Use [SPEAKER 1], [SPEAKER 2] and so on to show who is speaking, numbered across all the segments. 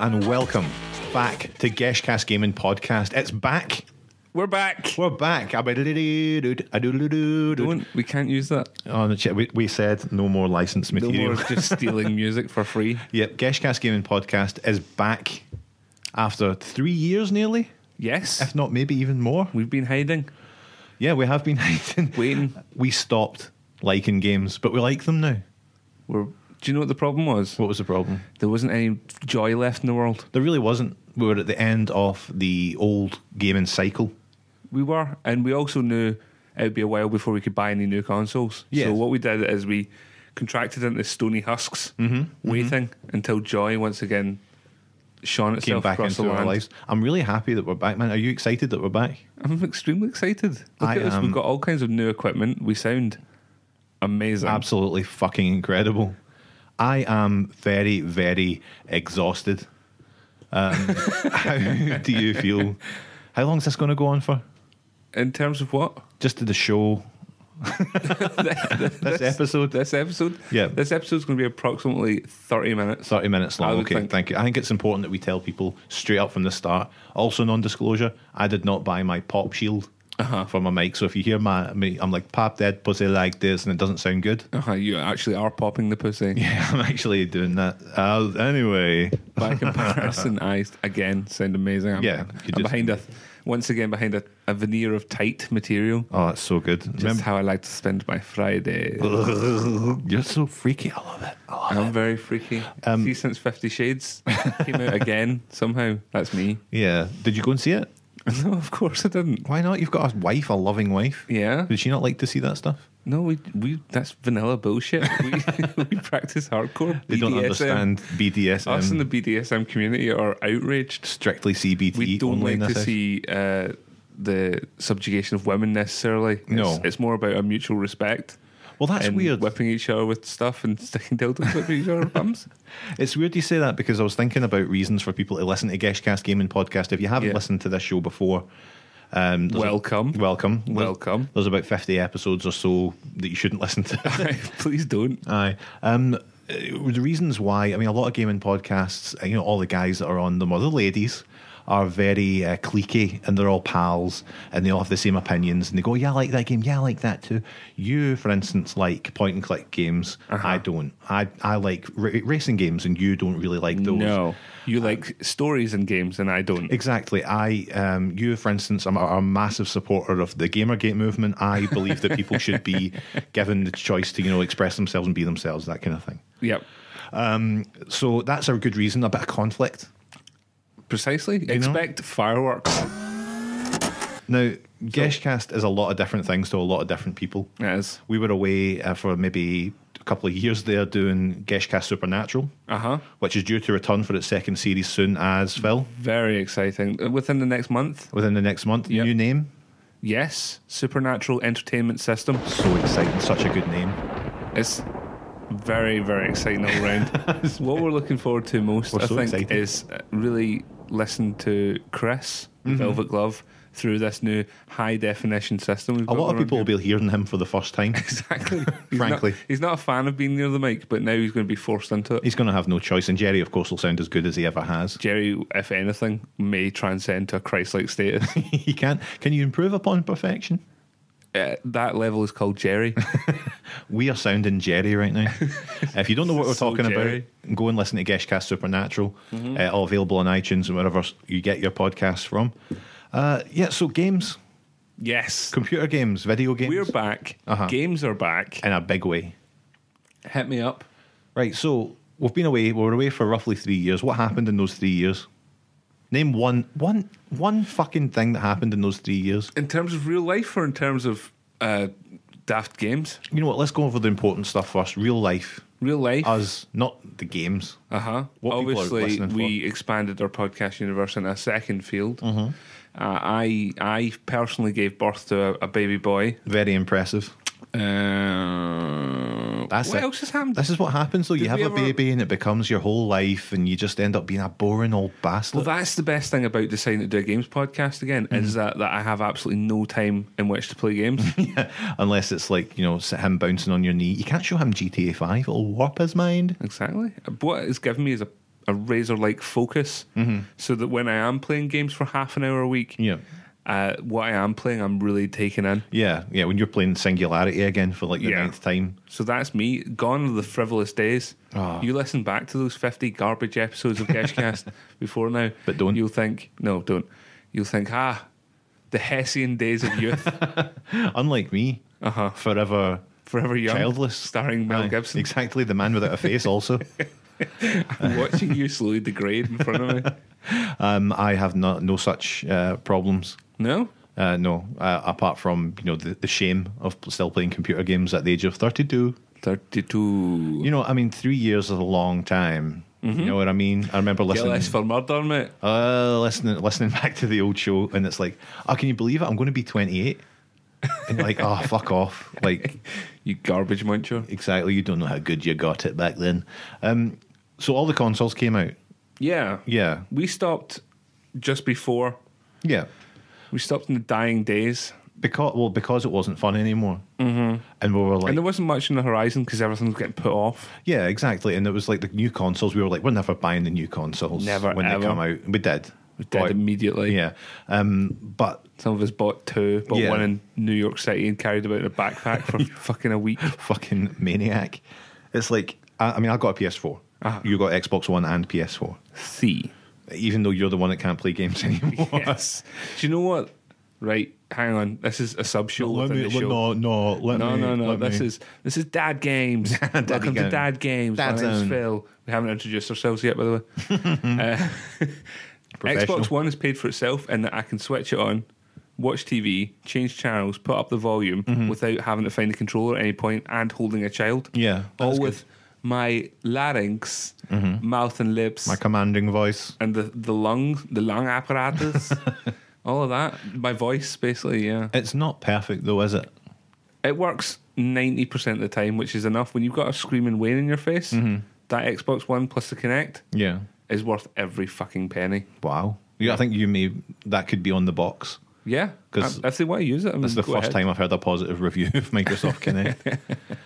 [SPEAKER 1] and welcome back to Geshcast Gaming Podcast. It's back.
[SPEAKER 2] We're back.
[SPEAKER 1] We're back. Abadidididididididididid.
[SPEAKER 2] Don't, we can't use that.
[SPEAKER 1] Oh, no, shit, we, we said no more licensed
[SPEAKER 2] No
[SPEAKER 1] material.
[SPEAKER 2] more just stealing music for free.
[SPEAKER 1] Yep, Geshcast Gaming Podcast is back after three years nearly,
[SPEAKER 2] Yes,
[SPEAKER 1] if not maybe even more.
[SPEAKER 2] we've been hiding,
[SPEAKER 1] Yeah, we have been hiding.
[SPEAKER 2] waiting.
[SPEAKER 1] We stopped liking games, but we like them now.
[SPEAKER 2] We're, do you know what the problem was?
[SPEAKER 1] What was the problem?
[SPEAKER 2] There wasn't any joy left in the world.
[SPEAKER 1] There really wasn't. We were at the end of the old gaming cycle.
[SPEAKER 2] We were, and we also knew it would be a while before we could buy any new consoles.
[SPEAKER 1] Yes.
[SPEAKER 2] So what we did is we contracted into stony husks,
[SPEAKER 1] Mm-hmm.
[SPEAKER 2] waiting until joy once again shone
[SPEAKER 1] Came
[SPEAKER 2] itself
[SPEAKER 1] back
[SPEAKER 2] across
[SPEAKER 1] into
[SPEAKER 2] the
[SPEAKER 1] our
[SPEAKER 2] land.
[SPEAKER 1] lives. I'm really happy that we're back, man. Are you excited that we're back?
[SPEAKER 2] I'm extremely excited. Look
[SPEAKER 1] I
[SPEAKER 2] at us.
[SPEAKER 1] am-
[SPEAKER 2] We've got all kinds of new equipment. We sound amazing.
[SPEAKER 1] Absolutely fucking incredible. I am very, very exhausted. Um, how do you feel? How long is this going to go on for?
[SPEAKER 2] in terms of what?
[SPEAKER 1] Just to the show, this episode,
[SPEAKER 2] This episode?
[SPEAKER 1] Yeah.
[SPEAKER 2] This episode's going to be approximately 30 minutes.
[SPEAKER 1] thirty minutes
[SPEAKER 2] I
[SPEAKER 1] long.
[SPEAKER 2] would
[SPEAKER 1] Okay,
[SPEAKER 2] think-
[SPEAKER 1] thank you. I think it's important that we tell people straight up from the start. Also, non-disclosure: I did not buy my pop shield
[SPEAKER 2] Uh-huh.
[SPEAKER 1] for my mic, so if you hear my me, I'm like pop dead pussy like this, and it doesn't sound good.
[SPEAKER 2] Uh-huh, you actually are popping the pussy.
[SPEAKER 1] Yeah, I'm actually doing that. Uh, anyway,
[SPEAKER 2] By comparison, I again sound amazing. I'm,
[SPEAKER 1] Yeah, you just-
[SPEAKER 2] I'm behind a, once again, behind a, a veneer of tight material.
[SPEAKER 1] oh, that's so good.
[SPEAKER 2] That's how I like to spend my Friday.
[SPEAKER 1] You're so freaky. I love it. I love
[SPEAKER 2] I'm very freaky.
[SPEAKER 1] um,
[SPEAKER 2] See, since Fifty Shades came out again, somehow that's me.
[SPEAKER 1] it. Yeah. Did you go and see it?
[SPEAKER 2] No, of course I didn't.
[SPEAKER 1] Why not? You've got a wife, a loving wife.
[SPEAKER 2] Yeah,
[SPEAKER 1] Did she not like to see that stuff?
[SPEAKER 2] no, we we that's vanilla bullshit. We, we practice hardcore.
[SPEAKER 1] They don't
[SPEAKER 2] BDSM.
[SPEAKER 1] understand BDSM.
[SPEAKER 2] Us in the BDSM community are outraged.
[SPEAKER 1] strictly CBT
[SPEAKER 2] We don't
[SPEAKER 1] only. in
[SPEAKER 2] like to
[SPEAKER 1] this house.
[SPEAKER 2] see uh, the subjugation of women necessarily. It's,
[SPEAKER 1] No.
[SPEAKER 2] it's more about a mutual respect.
[SPEAKER 1] Well, that's
[SPEAKER 2] and
[SPEAKER 1] weird.
[SPEAKER 2] Whipping each other with stuff and sticking dildos up each other's bums.
[SPEAKER 1] It's weird you say that because I was thinking about reasons for people to listen to Geshcast Gaming Podcast. If you haven't
[SPEAKER 2] Yeah.
[SPEAKER 1] listened to this show before, um, there's a-
[SPEAKER 2] Welcome.
[SPEAKER 1] welcome, There's-
[SPEAKER 2] Welcome.
[SPEAKER 1] There's about fifty episodes or so that you shouldn't listen to.
[SPEAKER 2] Please don't.
[SPEAKER 1] Aye. Um, uh, the reasons why, I mean, a lot of gaming podcasts, uh, you know, all the guys that are on them or the ladies are very uh, cliquey and they're all pals and they all have the same opinions and they go, yeah, I like that game. Yeah, I like that too. You, for instance, like point and click games. I don't. I, I like ra- racing games and you don't really like those.
[SPEAKER 2] No. You like stories and games, and I don't.
[SPEAKER 1] Exactly. I, um, you, for instance, I'm a, a massive supporter of the Gamergate movement. I believe that people should be given the choice to, you know, express themselves and be themselves, that kind of thing.
[SPEAKER 2] Yep.
[SPEAKER 1] So that's a good reason, a bit of conflict.
[SPEAKER 2] Precisely. Expect fireworks.
[SPEAKER 1] Now, Geshcast is a lot of different things to a lot of different people.
[SPEAKER 2] Yes.
[SPEAKER 1] We were away uh, for maybe a couple of years there doing Geshcast Supernatural,
[SPEAKER 2] Uh huh.
[SPEAKER 1] which is due to return for its second series soon as Phil,
[SPEAKER 2] Very exciting. Within the next month,
[SPEAKER 1] within the next month.
[SPEAKER 2] Yep.
[SPEAKER 1] New name.
[SPEAKER 2] yes, Supernatural Entertainment System.
[SPEAKER 1] So exciting, such a good name.
[SPEAKER 2] It's very, very exciting all round. what we're looking forward to most,
[SPEAKER 1] We're
[SPEAKER 2] I
[SPEAKER 1] so
[SPEAKER 2] think,
[SPEAKER 1] excited.
[SPEAKER 2] is uh, really listen to Chris,
[SPEAKER 1] Mm-hmm.
[SPEAKER 2] Velvet Glove, through this new high definition system. we've
[SPEAKER 1] A
[SPEAKER 2] got
[SPEAKER 1] lot of
[SPEAKER 2] around
[SPEAKER 1] people will
[SPEAKER 2] here.
[SPEAKER 1] be hearing him for the first time.
[SPEAKER 2] Exactly. He's
[SPEAKER 1] Frankly.
[SPEAKER 2] not, he's not a fan of being near the mic, but now he's going to be forced into it.
[SPEAKER 1] He's going to have no choice, and Jerry, of course, will sound as good as he ever has.
[SPEAKER 2] Jerry, if anything, may transcend to a Christ-like status.
[SPEAKER 1] he can. Can you improve upon perfection?
[SPEAKER 2] Uh, that level is called Jerry.
[SPEAKER 1] We are sounding Jerry right now. if you don't know what we're
[SPEAKER 2] So
[SPEAKER 1] talking
[SPEAKER 2] Jerry. Mm-hmm.
[SPEAKER 1] about, go and listen to Geshcast Supernatural, uh, all available on iTunes and wherever s- you get your podcasts from. Uh, yeah, so games,
[SPEAKER 2] Yes,
[SPEAKER 1] computer games, video games,
[SPEAKER 2] we're back.
[SPEAKER 1] Uh-huh.
[SPEAKER 2] Games are back.
[SPEAKER 1] in a big way.
[SPEAKER 2] Hit me up.
[SPEAKER 1] Right, so we've been away. We were away for roughly three years. What happened in those three years? Name one, one, one fucking thing that happened in those three years.
[SPEAKER 2] In terms of real life or in terms of uh, daft games?
[SPEAKER 1] You know what? Let's go over the important stuff first. Real life,
[SPEAKER 2] Real life.
[SPEAKER 1] us, not the games.
[SPEAKER 2] Uh huh.
[SPEAKER 1] What people are
[SPEAKER 2] Obviously,
[SPEAKER 1] listening for. Mm-hmm.
[SPEAKER 2] we expanded our podcast universe in a second field. Uh, I I personally gave birth to a, a baby boy.
[SPEAKER 1] Very impressive.
[SPEAKER 2] Uh,
[SPEAKER 1] That's
[SPEAKER 2] what
[SPEAKER 1] it.
[SPEAKER 2] else has happened?
[SPEAKER 1] This is what happens though. you
[SPEAKER 2] Did
[SPEAKER 1] have
[SPEAKER 2] we
[SPEAKER 1] a
[SPEAKER 2] ever-
[SPEAKER 1] baby and it becomes your whole life, and you just end up being a boring old
[SPEAKER 2] well,
[SPEAKER 1] bastard.
[SPEAKER 2] that's the best thing about deciding to do a games podcast again
[SPEAKER 1] Mm-hmm.
[SPEAKER 2] is that, that I have absolutely no time in which to play games.
[SPEAKER 1] Unless it's like you know s- him bouncing on your knee. You can't show him GTA Five; it'll warp his mind.
[SPEAKER 2] exactly. What it's given me is a a razor like focus so that when I am playing games for half an hour a week,
[SPEAKER 1] Mm-hmm. Yeah.
[SPEAKER 2] uh, what I am playing, I'm really taking in.
[SPEAKER 1] Yeah, yeah. When you're playing Singularity again for like the
[SPEAKER 2] Yeah.
[SPEAKER 1] ninth time,
[SPEAKER 2] So that's me. Gone are the frivolous days.
[SPEAKER 1] Ah.
[SPEAKER 2] You listen back to those 50 garbage episodes of Geshcast before now.
[SPEAKER 1] But don't.
[SPEAKER 2] You'll think, no, don't. You'll think, ah, the Hessian days of youth,
[SPEAKER 1] unlike me,
[SPEAKER 2] Uh-huh.
[SPEAKER 1] forever
[SPEAKER 2] forever young,
[SPEAKER 1] Childless.
[SPEAKER 2] starring Mel
[SPEAKER 1] Aye,
[SPEAKER 2] Gibson,
[SPEAKER 1] exactly the man without a face. Also,
[SPEAKER 2] watching you slowly degrade in front of me.
[SPEAKER 1] um, I have no, no such uh, problems.
[SPEAKER 2] No?
[SPEAKER 1] Uh, no, uh, apart from you know the, the shame of still playing computer games at the age of thirty two.
[SPEAKER 2] 32.
[SPEAKER 1] You know, I mean, three years is a long time. You
[SPEAKER 2] Mm-hmm.
[SPEAKER 1] know what I mean? I remember
[SPEAKER 2] Get
[SPEAKER 1] listening,
[SPEAKER 2] less for murder, mate.
[SPEAKER 1] uh, listening, listening back to the old show, and it's like, oh, can you believe it? I'm going to be twenty eight. And you're like, oh, fuck off! Like,
[SPEAKER 2] You garbage muncher.
[SPEAKER 1] exactly. You don't know how good you got it back then. Um, so all the consoles came out.
[SPEAKER 2] Yeah.
[SPEAKER 1] Yeah,
[SPEAKER 2] We stopped just before.
[SPEAKER 1] yeah.
[SPEAKER 2] We stopped in the dying days.
[SPEAKER 1] Because well, because it wasn't fun anymore, mm-hmm. and we were like,
[SPEAKER 2] And there wasn't much in the horizon because everything was getting put off.
[SPEAKER 1] Yeah, exactly. And it was like the new consoles. We were like, we're never buying the new consoles
[SPEAKER 2] Never,
[SPEAKER 1] when
[SPEAKER 2] ever.
[SPEAKER 1] they come out. We did.
[SPEAKER 2] We dead
[SPEAKER 1] Right.
[SPEAKER 2] immediately.
[SPEAKER 1] Yeah. Um, but
[SPEAKER 2] Some of us bought two, bought
[SPEAKER 1] Yeah.
[SPEAKER 2] one in New York City and carried about in a backpack for fucking a week.
[SPEAKER 1] fucking maniac. It's like I, I mean, I got a PS4.
[SPEAKER 2] Uh-huh.
[SPEAKER 1] You got Xbox One and PS4.
[SPEAKER 2] See.
[SPEAKER 1] Even though you're the one that can't play games anymore.
[SPEAKER 2] Yes. Do you know what? Right, hang on. This is a sub show within the show.
[SPEAKER 1] no, let
[SPEAKER 2] No, no, no. This is this is Dad Games. Welcome to
[SPEAKER 1] Games.
[SPEAKER 2] Dad Games.
[SPEAKER 1] Dad
[SPEAKER 2] My name's
[SPEAKER 1] Zone.
[SPEAKER 2] Phil. We haven't introduced ourselves yet, by the way. uh,
[SPEAKER 1] Professional.
[SPEAKER 2] Xbox One has paid for itself, and that I can switch it on, watch TV, change channels, put up the volume
[SPEAKER 1] Mm-hmm.
[SPEAKER 2] without having to find a controller at any point, and holding a child.
[SPEAKER 1] Yeah,
[SPEAKER 2] all
[SPEAKER 1] that's Mm-hmm.
[SPEAKER 2] with my larynx, mouth and lips,
[SPEAKER 1] my commanding voice.
[SPEAKER 2] and the the lungs, the lung apparatus, all of that. My voice, basically. Yeah.
[SPEAKER 1] It's not perfect though, is it?
[SPEAKER 2] It works 90% of the time, which is enough. When you've got a screaming Wayne in your face,
[SPEAKER 1] Mm-hmm.
[SPEAKER 2] that Xbox One plus the Kinect
[SPEAKER 1] Yeah.
[SPEAKER 2] is worth every fucking penny.
[SPEAKER 1] Wow. Yeah, I think you may that could be on the box.
[SPEAKER 2] Yeah.
[SPEAKER 1] 'Cause
[SPEAKER 2] If they want to use it, I mean,
[SPEAKER 1] That's the
[SPEAKER 2] go
[SPEAKER 1] first
[SPEAKER 2] ahead.
[SPEAKER 1] time I've heard a positive review of Microsoft Kinect.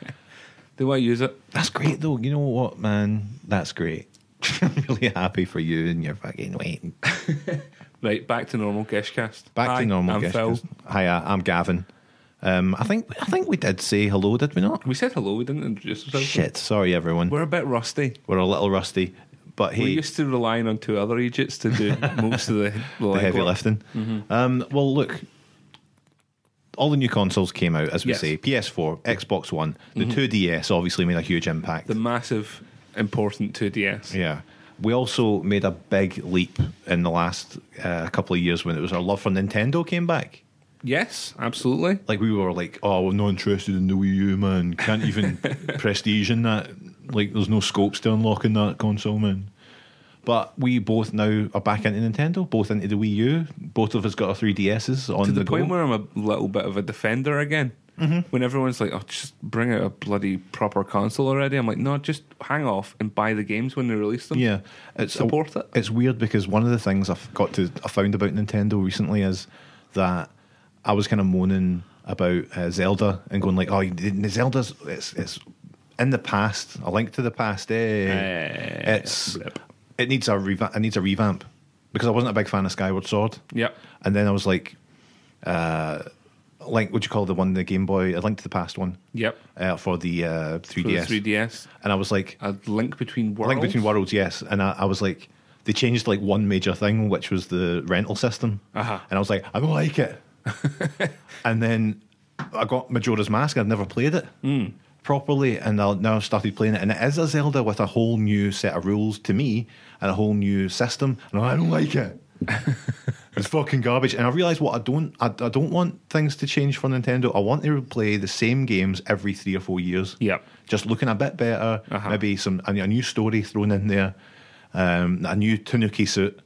[SPEAKER 2] They want to use it.
[SPEAKER 1] That's great though. You know what, man? That's great. I'm really happy for you and your fucking waiting.
[SPEAKER 2] Right, back to normal Geshcast.
[SPEAKER 1] Back
[SPEAKER 2] Hi,
[SPEAKER 1] to normal.
[SPEAKER 2] I'm
[SPEAKER 1] guest-
[SPEAKER 2] Phil.
[SPEAKER 1] Hi, uh, I'm Gavin. Um, I think I think we did say hello, did we not?
[SPEAKER 2] We said hello, we didn't introduce ourselves.
[SPEAKER 1] Shit, sorry everyone. We're,
[SPEAKER 2] We're a bit rusty.
[SPEAKER 1] a little rusty, but
[SPEAKER 2] We're
[SPEAKER 1] hey,
[SPEAKER 2] used to relying on two other idiots to do most of the, the
[SPEAKER 1] the
[SPEAKER 2] legwork.
[SPEAKER 1] heavy lifting.
[SPEAKER 2] Mm-hmm.
[SPEAKER 1] Um, well, look, all the new consoles came out, as we
[SPEAKER 2] Yes. Mm-hmm.
[SPEAKER 1] say: PS4, Xbox One, the 2DS. Obviously, made a huge impact.
[SPEAKER 2] The massive, important 2DS.
[SPEAKER 1] Yeah. We also made a big leap in the last uh, couple of years when it was our love for Nintendo came back.
[SPEAKER 2] Yes, absolutely.
[SPEAKER 1] Like we were like, oh, we're not interested in the Wii U, man. Can't even prestige in that. Like, there's no scopes to unlock in that console, man. But we both now are back into Nintendo, both into the Wii U. Both of us got our 3DSs on
[SPEAKER 2] to the, point
[SPEAKER 1] go.
[SPEAKER 2] where I'm a little bit of a defender again.
[SPEAKER 1] Mm-hmm.
[SPEAKER 2] When everyone's like, "Oh, just bring out a bloody proper console already," I'm like, "No, just hang off and buy the games when they release them."
[SPEAKER 1] Yeah, it's
[SPEAKER 2] Support it.
[SPEAKER 1] It's weird because one of the things I've got to I found about Nintendo recently is that I was kind of moaning about uh, Zelda and going like, "Oh, you didn't- Zelda's it's it's in the past, a link to the past. Eh,
[SPEAKER 2] Eh,
[SPEAKER 1] it's
[SPEAKER 2] blip.
[SPEAKER 1] it needs a revamp. It needs a revamp because I wasn't a big fan of Skyward Sword.
[SPEAKER 2] Yep.
[SPEAKER 1] and then I was like, uh, like what do you call the one the Game Boy? A link to the past one.
[SPEAKER 2] Yep.
[SPEAKER 1] Uh, for the uh, 3DS.
[SPEAKER 2] For the 3DS,
[SPEAKER 1] and I was like,
[SPEAKER 2] a link between worlds.
[SPEAKER 1] Link Between Worlds, yes. And I, I was like, they changed like one major thing, which was the rental system.
[SPEAKER 2] Uh-huh.
[SPEAKER 1] And I was like, I don't like it. and then I got Majora's Mask. I'd never played it
[SPEAKER 2] Hmm.
[SPEAKER 1] properly, and I now I've started playing it. And it is a Zelda with a whole new set of rules to me and a whole new system. And I don't like it. it's fucking garbage. And I realised what I don't. I, I don't want things to change for Nintendo. I want to play the same games every three or four years
[SPEAKER 2] Yep.
[SPEAKER 1] just looking a bit better.
[SPEAKER 2] Uh-huh.
[SPEAKER 1] Maybe some a, a new story thrown in there, um, a new Tanuki suit.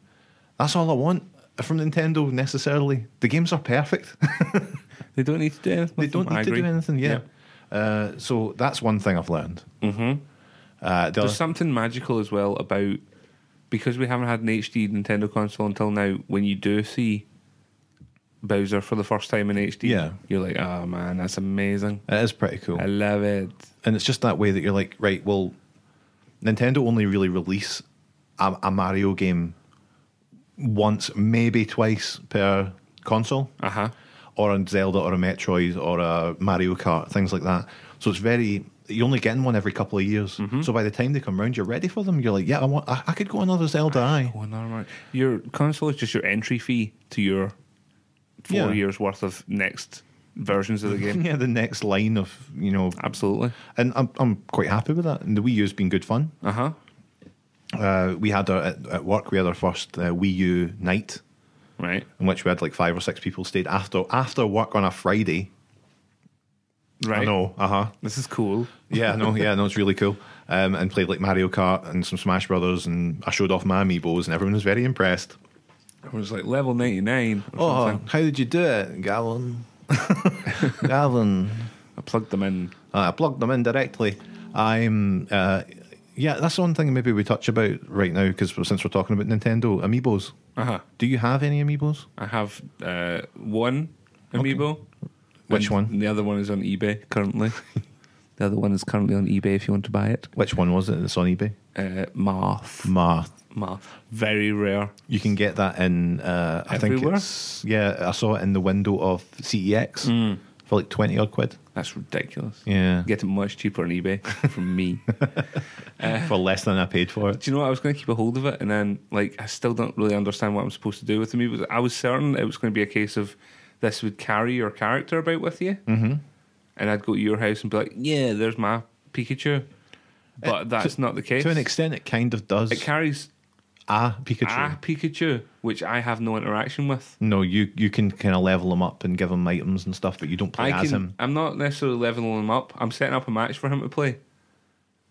[SPEAKER 1] That's all I want from Nintendo necessarily. The games are perfect.
[SPEAKER 2] They don't need to do anything.
[SPEAKER 1] they
[SPEAKER 2] with them,
[SPEAKER 1] don't need
[SPEAKER 2] I
[SPEAKER 1] to
[SPEAKER 2] agree.
[SPEAKER 1] do anything. Yeah. Uh, so that's one thing I've learned. Mm-hmm. Uh, the
[SPEAKER 2] There's
[SPEAKER 1] other-
[SPEAKER 2] something magical as well about because we haven't had an HD Nintendo console until now. When you do see Bowser for the first time in HD,
[SPEAKER 1] Yeah.
[SPEAKER 2] you're like, "Oh man, that's amazing!
[SPEAKER 1] it is pretty cool,
[SPEAKER 2] I love it."
[SPEAKER 1] and it's just that way that you're like, right? Well, Nintendo only really release a, a Mario game once, maybe twice per console,
[SPEAKER 2] Uh huh.
[SPEAKER 1] or a Zelda, or a Metroid, or a Mario Kart, things like that. So it's very you're only getting one every couple of years. So by the time they come round, you're ready for them. You're like, yeah, I want, I, I could go another Zelda. Aye.
[SPEAKER 2] Well, Oh, never mind. Your console is just your entry fee to your four
[SPEAKER 1] Yeah.
[SPEAKER 2] years worth of next versions of the game.
[SPEAKER 1] Yeah, the next line of you know,
[SPEAKER 2] Absolutely.
[SPEAKER 1] and I'm I'm quite happy with that. And the Wii U's been good fun.
[SPEAKER 2] Uh huh.
[SPEAKER 1] Uh, we had our at, at work we had our first uh, Wii U night
[SPEAKER 2] Right.
[SPEAKER 1] in which we had like five or six people stayed after after work on a Friday.
[SPEAKER 2] Right.
[SPEAKER 1] I know, uh huh.
[SPEAKER 2] This is cool.
[SPEAKER 1] Yeah, no, yeah, no, it's really cool. Um, and played like Mario Kart and some Smash Brothers, and I showed off my amiibos, and everyone was very impressed.
[SPEAKER 2] It was like level 99 or
[SPEAKER 1] Oh,
[SPEAKER 2] something.
[SPEAKER 1] how did you do it, Gavin? Gavin, Uh,
[SPEAKER 2] I plugged them in.
[SPEAKER 1] I plugged them in directly. I'm, uh, yeah, that's one thing maybe we touch about right now because since we're talking about Nintendo amiibos,
[SPEAKER 2] Uh huh.
[SPEAKER 1] do you have any amiibos?
[SPEAKER 2] I have uh, one amiibo.
[SPEAKER 1] Which
[SPEAKER 2] And
[SPEAKER 1] one?
[SPEAKER 2] The other one is on eBay currently. the other one is currently on eBay if you want to buy it.
[SPEAKER 1] Which one was it? It's on eBay.
[SPEAKER 2] Uh, Marth.
[SPEAKER 1] Marth.
[SPEAKER 2] Marth. Very rare.
[SPEAKER 1] You can get that in. Uh, I think
[SPEAKER 2] Everywhere?
[SPEAKER 1] it's yeah. I saw it in the window of CEX for like twenty odd quid.
[SPEAKER 2] That's ridiculous.
[SPEAKER 1] Yeah,
[SPEAKER 2] Get it much cheaper on eBay from me.
[SPEAKER 1] for less than I paid for it.
[SPEAKER 2] Do you know what? I was going to keep a hold of it, and then like I still don't really understand what I'm supposed to do with the movie. I was certain it was going to be a case of this would carry your character about with you, mm-hmm. and I'd go to your house and be like, "Yeah, there's my Pikachu," but that's not the case.
[SPEAKER 1] To an extent, it kind of does.
[SPEAKER 2] it carries
[SPEAKER 1] ah, Pikachu.
[SPEAKER 2] a Pikachu, which I have no interaction with.
[SPEAKER 1] No, you you can kind of level him up and give him items and stuff, but you don't play
[SPEAKER 2] I
[SPEAKER 1] as
[SPEAKER 2] can.
[SPEAKER 1] him.
[SPEAKER 2] I'm not necessarily leveling him up. I'm setting up a match for him to play.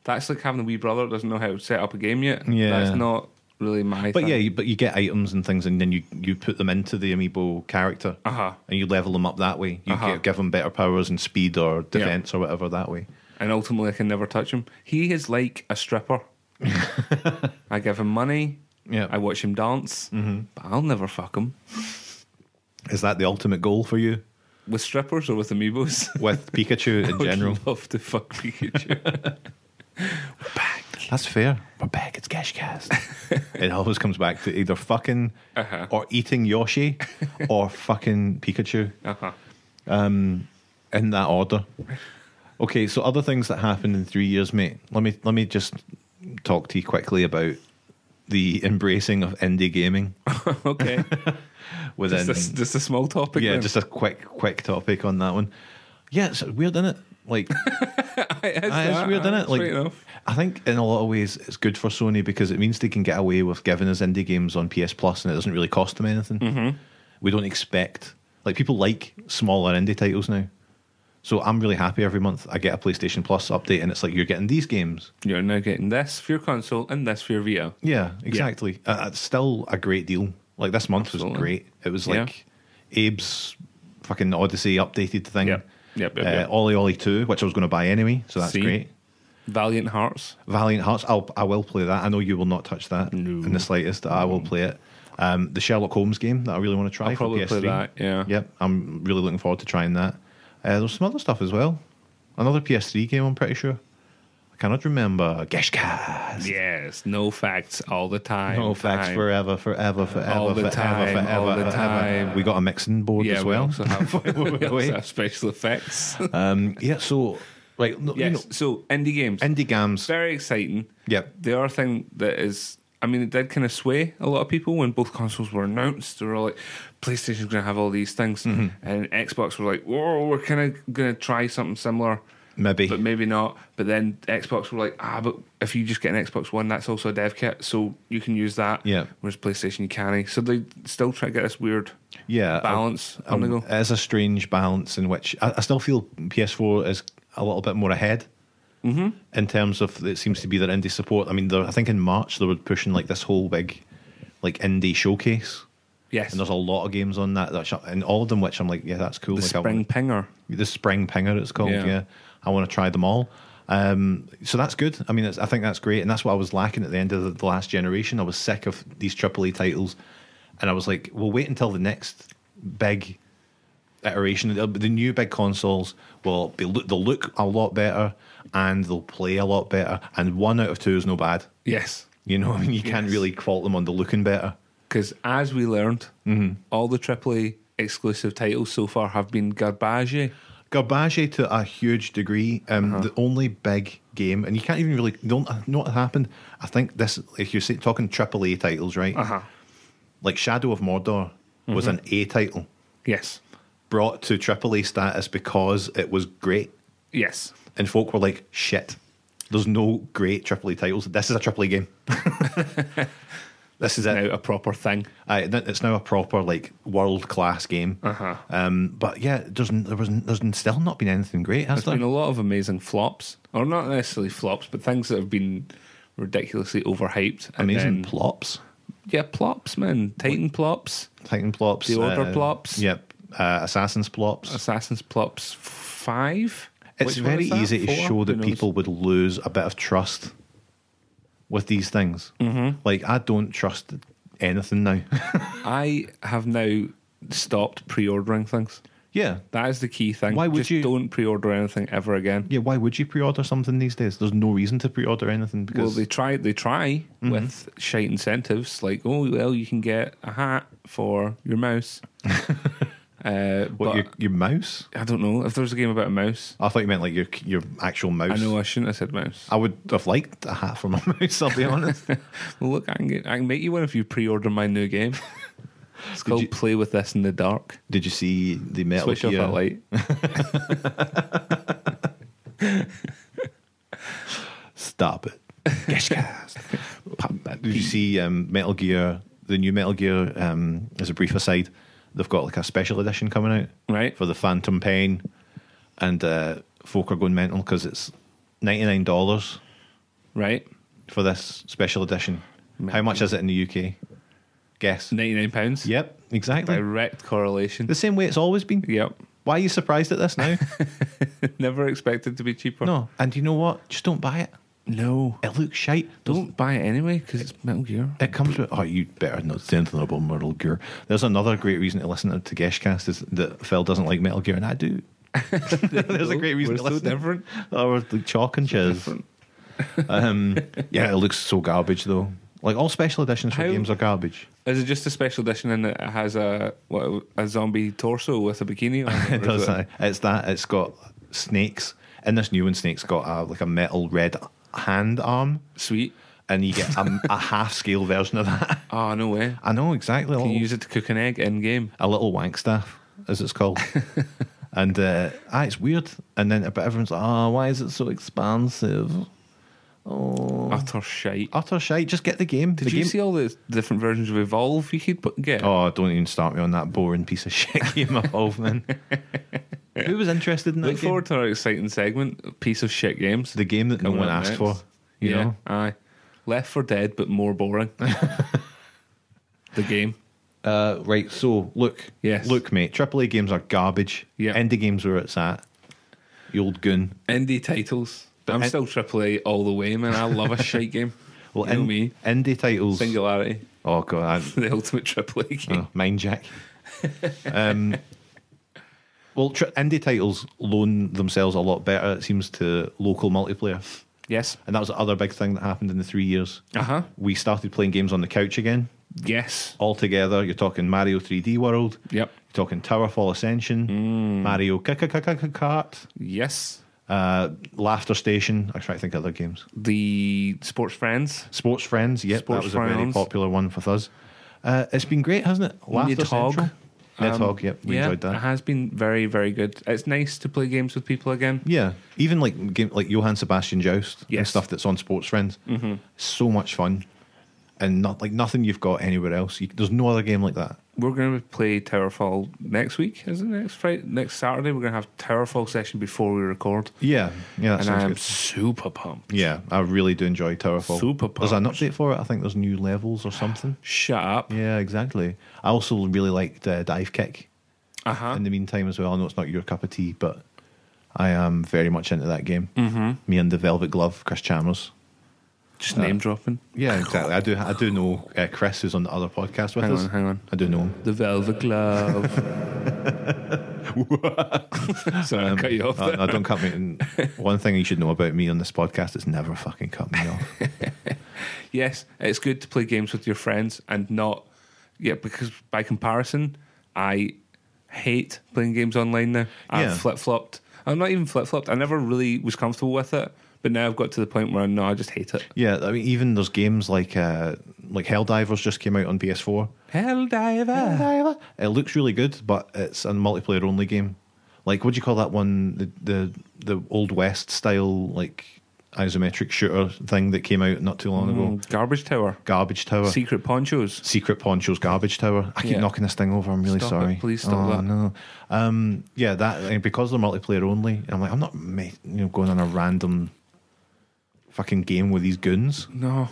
[SPEAKER 2] That's like having a wee brother that doesn't know how to set up a game yet.
[SPEAKER 1] Yeah.
[SPEAKER 2] that's not really my.
[SPEAKER 1] But yeah, you, but you get items and things, and then you, you put them into the amiibo character,
[SPEAKER 2] Uh huh.
[SPEAKER 1] and you level them up that way. You
[SPEAKER 2] Uh-huh.
[SPEAKER 1] get, give them better powers and speed or defense or whatever that way.
[SPEAKER 2] and ultimately I can never touch him. He is like a stripper. I give him money.
[SPEAKER 1] Yeah.
[SPEAKER 2] I watch him dance,
[SPEAKER 1] Mm-hmm.
[SPEAKER 2] but I'll never fuck him
[SPEAKER 1] Is that the ultimate goal for you
[SPEAKER 2] with strippers or with amiibos.
[SPEAKER 1] with Pikachu in
[SPEAKER 2] I would
[SPEAKER 1] general?
[SPEAKER 2] love to fuck Pikachu. We're back.
[SPEAKER 1] That's fair. We're back. It's Geshcast. it always comes back to either fucking
[SPEAKER 2] Uh-huh.
[SPEAKER 1] or eating Yoshi or fucking Pikachu
[SPEAKER 2] Uh huh.
[SPEAKER 1] in that order. Okay, so other things that happened in three years, mate. Let me let me just talk to you quickly about the embracing of indie gaming
[SPEAKER 2] okay.
[SPEAKER 1] within.
[SPEAKER 2] Just a, just a small topic.
[SPEAKER 1] yeah,
[SPEAKER 2] then.
[SPEAKER 1] just a quick quick topic on that one. Yeah, it's weird, isn't it? Like
[SPEAKER 2] It is
[SPEAKER 1] Aye,
[SPEAKER 2] that,
[SPEAKER 1] Ah, it's weird, isn't
[SPEAKER 2] aye,
[SPEAKER 1] it? Like,
[SPEAKER 2] straight enough.
[SPEAKER 1] I think in a lot of ways it's good for Sony because it means they can get away with giving us indie games on PS Plus, and it doesn't really cost them anything.
[SPEAKER 2] Mm-hmm.
[SPEAKER 1] We don't expect like people like smaller indie titles now. So I'm really happy every month I get a PlayStation Plus update, and it's like you're getting these games.
[SPEAKER 2] You're now getting this for your console and this for your Vita.
[SPEAKER 1] Yeah, exactly. Uh, it's still a great deal. Like this month was
[SPEAKER 2] Absolutely.
[SPEAKER 1] great. It was
[SPEAKER 2] Yeah.
[SPEAKER 1] like Abe's fucking Odyssey updated thing.
[SPEAKER 2] Yep. Yep, yep,
[SPEAKER 1] uh,
[SPEAKER 2] yep.
[SPEAKER 1] Ollie Ollie Two, which I was going to buy anyway, so that's
[SPEAKER 2] See?
[SPEAKER 1] great.
[SPEAKER 2] Valiant Hearts.
[SPEAKER 1] Valiant Hearts. I'll I will play that. I know you will not touch that
[SPEAKER 2] No.
[SPEAKER 1] in the slightest. I will play it. Um, the Sherlock Holmes game that I really want to try.
[SPEAKER 2] I'll
[SPEAKER 1] for
[SPEAKER 2] probably play
[SPEAKER 1] PS3.
[SPEAKER 2] that. Yeah.
[SPEAKER 1] Yep, I'm really looking forward to trying that. Uh, there's some other stuff as well. Another PS3 game, I'm pretty sure. I cannot remember. Geshcast.
[SPEAKER 2] Yes. No facts all the time.
[SPEAKER 1] No facts
[SPEAKER 2] Aye.
[SPEAKER 1] forever, forever, forever,
[SPEAKER 2] All the
[SPEAKER 1] forever,
[SPEAKER 2] time,
[SPEAKER 1] forever,
[SPEAKER 2] all
[SPEAKER 1] forever.
[SPEAKER 2] the time.
[SPEAKER 1] We got a mixing board
[SPEAKER 2] Yeah,
[SPEAKER 1] as
[SPEAKER 2] we
[SPEAKER 1] well.
[SPEAKER 2] also have, we
[SPEAKER 1] Wait,
[SPEAKER 2] also
[SPEAKER 1] wait.
[SPEAKER 2] have special effects.
[SPEAKER 1] um, yeah, so like no, you
[SPEAKER 2] yes,
[SPEAKER 1] know,
[SPEAKER 2] so indie games,
[SPEAKER 1] indie games.
[SPEAKER 2] very exciting.
[SPEAKER 1] Yep.
[SPEAKER 2] The other thing that is, I mean, it did kind of sway a lot of people when both consoles were announced. They were all like, PlayStation's going to have all these things,
[SPEAKER 1] Mm-hmm.
[SPEAKER 2] and Xbox were like, whoa, we're kind of going to try something similar.
[SPEAKER 1] Maybe.
[SPEAKER 2] But maybe not. But then Xbox were like, ah, but if you just get an Xbox One, that's also a dev kit, so you can use that.
[SPEAKER 1] Yeah.
[SPEAKER 2] Whereas PlayStation, you can't. So they still try to get this weird
[SPEAKER 1] Yeah, I-
[SPEAKER 2] balance on
[SPEAKER 1] Um,
[SPEAKER 2] the go.
[SPEAKER 1] It is a strange balance in which I, I still feel PS4 is a little bit more ahead
[SPEAKER 2] Mm-hmm.
[SPEAKER 1] in terms of it seems to be their indie support. I mean, they're- I think in March they were pushing like this whole big like indie showcase,
[SPEAKER 2] Yes.
[SPEAKER 1] and there's a lot of games on that, that sh- and all of them which I'm like, yeah, that's cool.
[SPEAKER 2] the
[SPEAKER 1] like, I
[SPEAKER 2] Spring
[SPEAKER 1] want-
[SPEAKER 2] Pinger.
[SPEAKER 1] the spring pinger, it's called.
[SPEAKER 2] Yeah.
[SPEAKER 1] Yeah, I want to try them all. Um, so that's good. I mean, it's, I think that's great, and that's what I was lacking at the end of the, the last generation. I was sick of these AAA titles, and I was like, "Well, wait until the next big iteration. The the new big consoles will be they'll look a lot better, and they'll play a lot better. And one out of two is no bad.
[SPEAKER 2] Yes.
[SPEAKER 1] You know, I mean, you can't
[SPEAKER 2] Yes.
[SPEAKER 1] really fault them on the looking better.
[SPEAKER 2] Because as we learned,
[SPEAKER 1] Mm-hmm.
[SPEAKER 2] all the AAA exclusive titles so far have been garbage.
[SPEAKER 1] Garbage to a huge degree. Um,
[SPEAKER 2] Uh-huh.
[SPEAKER 1] The only big game, and you can't even really don't you know what happened. I think this, if you're say, talking AAA titles, right?
[SPEAKER 2] huh.
[SPEAKER 1] Like Shadow of Mordor was an
[SPEAKER 2] Mm-hmm.
[SPEAKER 1] A title
[SPEAKER 2] Yes.
[SPEAKER 1] brought to AAA status because it was great,
[SPEAKER 2] Yes.
[SPEAKER 1] and folk were like, "Shit, there's no great AAA titles. This is a AAA game. this is it.
[SPEAKER 2] Now a proper thing.
[SPEAKER 1] Aye, th- it's now a proper like world class game.
[SPEAKER 2] Uh-huh.
[SPEAKER 1] Um, but yeah, there's n- there was n- there's n- still not been anything great, has
[SPEAKER 2] There's
[SPEAKER 1] there?
[SPEAKER 2] been a lot of amazing flops, or not necessarily flops, but things that have been ridiculously overhyped. and
[SPEAKER 1] Amazing
[SPEAKER 2] then-
[SPEAKER 1] plops,
[SPEAKER 2] yeah, plops, man. Titan plops,
[SPEAKER 1] Titan plops,
[SPEAKER 2] The Order plops.
[SPEAKER 1] Yep, uh, Assassin's plops.
[SPEAKER 2] Assassin's plops five.
[SPEAKER 1] It's
[SPEAKER 2] Which one
[SPEAKER 1] very
[SPEAKER 2] is that?
[SPEAKER 1] easy to
[SPEAKER 2] Four?
[SPEAKER 1] show
[SPEAKER 2] Who
[SPEAKER 1] that
[SPEAKER 2] knows?
[SPEAKER 1] people would lose a bit of trust with these things. Mm-hmm. Like I don't trust anything now.
[SPEAKER 2] I have now stopped pre-ordering things.
[SPEAKER 1] yeah,
[SPEAKER 2] That is the key thing.
[SPEAKER 1] Why would
[SPEAKER 2] Just
[SPEAKER 1] you-
[SPEAKER 2] don't pre-order anything ever again?
[SPEAKER 1] yeah. Why would you pre-order something these days? There's no reason to pre-order anything
[SPEAKER 2] Well,
[SPEAKER 1] because Mm-hmm.
[SPEAKER 2] they try. They try with shite incentives, like oh well, you can get a hat for your mouse. uh,
[SPEAKER 1] what
[SPEAKER 2] but
[SPEAKER 1] your, your mouse.
[SPEAKER 2] I don't know if there's a game about a mouse.
[SPEAKER 1] I thought you meant like your your actual mouse.
[SPEAKER 2] I know I shouldn't have said mouse.
[SPEAKER 1] I would have liked a hat for my mouse, I'll be honest.
[SPEAKER 2] Well, look, I can, get, I can make you one if you pre-order my new game. it's called
[SPEAKER 1] you-
[SPEAKER 2] "Play with This in the Dark."
[SPEAKER 1] Did you see the Metal
[SPEAKER 2] Switch off
[SPEAKER 1] Gear?
[SPEAKER 2] that light.
[SPEAKER 1] Stop it. Geshcast. Pop that. Did you see um, Metal Gear, the new Metal Gear, um, as a brief aside, they've got like a special edition coming out
[SPEAKER 2] Right.
[SPEAKER 1] for the Phantom Pain, and uh, folk are going mental because it's $99
[SPEAKER 2] Right,
[SPEAKER 1] for this special edition. How
[SPEAKER 2] Metal
[SPEAKER 1] much is it in the UK? Guess.
[SPEAKER 2] ninety-nine pounds.
[SPEAKER 1] Yep, exactly.
[SPEAKER 2] Direct correlation.
[SPEAKER 1] The same way it's always been.
[SPEAKER 2] Yep.
[SPEAKER 1] Why are you surprised at this now?
[SPEAKER 2] Never expected to be cheaper.
[SPEAKER 1] no. And you know what? Just don't buy it.
[SPEAKER 2] No.
[SPEAKER 1] It looks shite.
[SPEAKER 2] Don't buy it anyway because it's Metal Gear.
[SPEAKER 1] It comes with. Oh, you better not say anything about Metal Gear. There's another great reason to listen to Geshcast is that Phil doesn't like Metal Gear, and I do. There's a
[SPEAKER 2] go.
[SPEAKER 1] great reason
[SPEAKER 2] We're
[SPEAKER 1] to
[SPEAKER 2] so
[SPEAKER 1] listen.
[SPEAKER 2] different.
[SPEAKER 1] Oh, we're like chalk and chiz. um, yeah, it looks so garbage though. Like all special editions for
[SPEAKER 2] How-
[SPEAKER 1] games are garbage.
[SPEAKER 2] Is it just a special edition and it has a what, a zombie torso with a bikini? On it,
[SPEAKER 1] It
[SPEAKER 2] or
[SPEAKER 1] does
[SPEAKER 2] is
[SPEAKER 1] that. It's that. It's got snakes. In this new one, snakes got a, like a metal red hand arm,
[SPEAKER 2] Sweet.
[SPEAKER 1] and you get a, a half scale version of that.
[SPEAKER 2] Oh no way!
[SPEAKER 1] I know exactly. a
[SPEAKER 2] Can
[SPEAKER 1] little-
[SPEAKER 2] you use it to cook an egg in game?
[SPEAKER 1] a little wank staff, as it's called. and uh, ah, it's weird. And then but everyone's like, oh, why is it so expansive? Oh,
[SPEAKER 2] Utter shite.
[SPEAKER 1] utter shite. Just get the game.
[SPEAKER 2] Did
[SPEAKER 1] the
[SPEAKER 2] you
[SPEAKER 1] game.
[SPEAKER 2] see all the different versions of Evolve you could put, get?
[SPEAKER 1] oh, don't even start me on that boring piece of shit game of Wolfman. Who was interested in that
[SPEAKER 2] Look
[SPEAKER 1] game?
[SPEAKER 2] forward to our exciting segment, piece of shit games.
[SPEAKER 1] The game that no
[SPEAKER 2] Coming
[SPEAKER 1] one
[SPEAKER 2] up
[SPEAKER 1] asked
[SPEAKER 2] next.
[SPEAKER 1] for. You
[SPEAKER 2] yeah,
[SPEAKER 1] know,
[SPEAKER 2] aye. Left for Dead, but more boring. the game.
[SPEAKER 1] uh, right? So look,
[SPEAKER 2] Yes.
[SPEAKER 1] look, mate. AAA games are garbage.
[SPEAKER 2] Yeah.
[SPEAKER 1] indie games where it's at. You old goon.
[SPEAKER 2] Indie titles.
[SPEAKER 1] But
[SPEAKER 2] I'm
[SPEAKER 1] in-
[SPEAKER 2] still AAA all the way, man. I love a shite game.
[SPEAKER 1] Well,
[SPEAKER 2] you know
[SPEAKER 1] in-
[SPEAKER 2] me.
[SPEAKER 1] indie titles.
[SPEAKER 2] Singularity,
[SPEAKER 1] Oh god, I,
[SPEAKER 2] the ultimate AAA game.
[SPEAKER 1] Oh, mind jack. um, well, tr- indie titles loan themselves a lot better, it seems, to local multiplayer.
[SPEAKER 2] Yes.
[SPEAKER 1] And that was the other big thing that happened in the three years.
[SPEAKER 2] Uh huh.
[SPEAKER 1] We started playing games on the couch again,
[SPEAKER 2] Yes.
[SPEAKER 1] all together. You're talking Mario 3D World.
[SPEAKER 2] Yep.
[SPEAKER 1] You're talking Towerfall Ascension,
[SPEAKER 2] Mm.
[SPEAKER 1] Mario Kart,
[SPEAKER 2] Yes.
[SPEAKER 1] uh, Laughter Station. I'm trying to think of other games.
[SPEAKER 2] The sports friends.
[SPEAKER 1] Sports Friends. Yep,
[SPEAKER 2] Sports
[SPEAKER 1] that was a very
[SPEAKER 2] Friends.
[SPEAKER 1] popular one with us. Uh, it's been great, hasn't it? Laughter
[SPEAKER 2] Nidhogg.
[SPEAKER 1] Central. Nidhogg, yep. We
[SPEAKER 2] Um, yeah,
[SPEAKER 1] enjoyed that.
[SPEAKER 2] It has been very, very good. It's nice to play games with people again.
[SPEAKER 1] Yeah, even like game, like Johann Sebastian Joust and
[SPEAKER 2] Yes.
[SPEAKER 1] stuff that's on Sports Friends. Mm-hmm. So much fun, and not like nothing you've got anywhere else. You, there's no other game like that.
[SPEAKER 2] We're going to play Towerfall next week, is it? Next Friday, next Saturday, we're going to have Towerfall session before we record,
[SPEAKER 1] Yeah, yeah, that
[SPEAKER 2] and
[SPEAKER 1] sounds
[SPEAKER 2] I am
[SPEAKER 1] good.
[SPEAKER 2] super pumped.
[SPEAKER 1] yeah, I really do enjoy Towerfall.
[SPEAKER 2] Super
[SPEAKER 1] There's an update for it. I think there's new levels or something.
[SPEAKER 2] Shut up.
[SPEAKER 1] Yeah, exactly. I also really liked uh, Dive Kick.
[SPEAKER 2] Uh huh.
[SPEAKER 1] In the meantime, as well, I know it's not your cup of tea, but I am very much into that game. Mm-hmm. Me and the Velvet Glove, Chris Chalmers.
[SPEAKER 2] Just name
[SPEAKER 1] Uh-huh.
[SPEAKER 2] dropping.
[SPEAKER 1] Yeah, exactly. I do. I do know uh, Chris, who's on the other podcast with
[SPEAKER 2] Hang
[SPEAKER 1] us.
[SPEAKER 2] on, hang on.
[SPEAKER 1] I do know him.
[SPEAKER 2] The Velvet Glove. Sorry, I cut you off.
[SPEAKER 1] No, no, Um, don't cut me. And one thing you should know about me on this podcast is never fucking cut me off.
[SPEAKER 2] yes, it's good to play games with your friends and not, yeah, because by comparison, I hate playing games online now. I've
[SPEAKER 1] Yeah.
[SPEAKER 2] flip flopped. I'm not even flip flopped. I never really was comfortable with it, but now I've got to the point where no, I just hate it.
[SPEAKER 1] Yeah, I mean, even there's games like uh, like Helldivers just came out on PS4.
[SPEAKER 2] Hell diver.
[SPEAKER 1] Helldivers. It looks really good, but it's a multiplayer only game. Like, what do you call that one? The the the old west style like isometric shooter thing that came out not too long
[SPEAKER 2] Mm.
[SPEAKER 1] ago.
[SPEAKER 2] Garbage tower.
[SPEAKER 1] Garbage Tower.
[SPEAKER 2] Secret ponchos.
[SPEAKER 1] Secret Poncho's Garbage Tower. I keep
[SPEAKER 2] Yeah.
[SPEAKER 1] knocking this thing over. I'm really
[SPEAKER 2] Stop
[SPEAKER 1] sorry.
[SPEAKER 2] it. Please
[SPEAKER 1] oh,
[SPEAKER 2] stop that.
[SPEAKER 1] No. Um, yeah, that and because they're multiplayer only. I'm like, I'm not ma- you know going on a random fucking game with these goons.
[SPEAKER 2] No.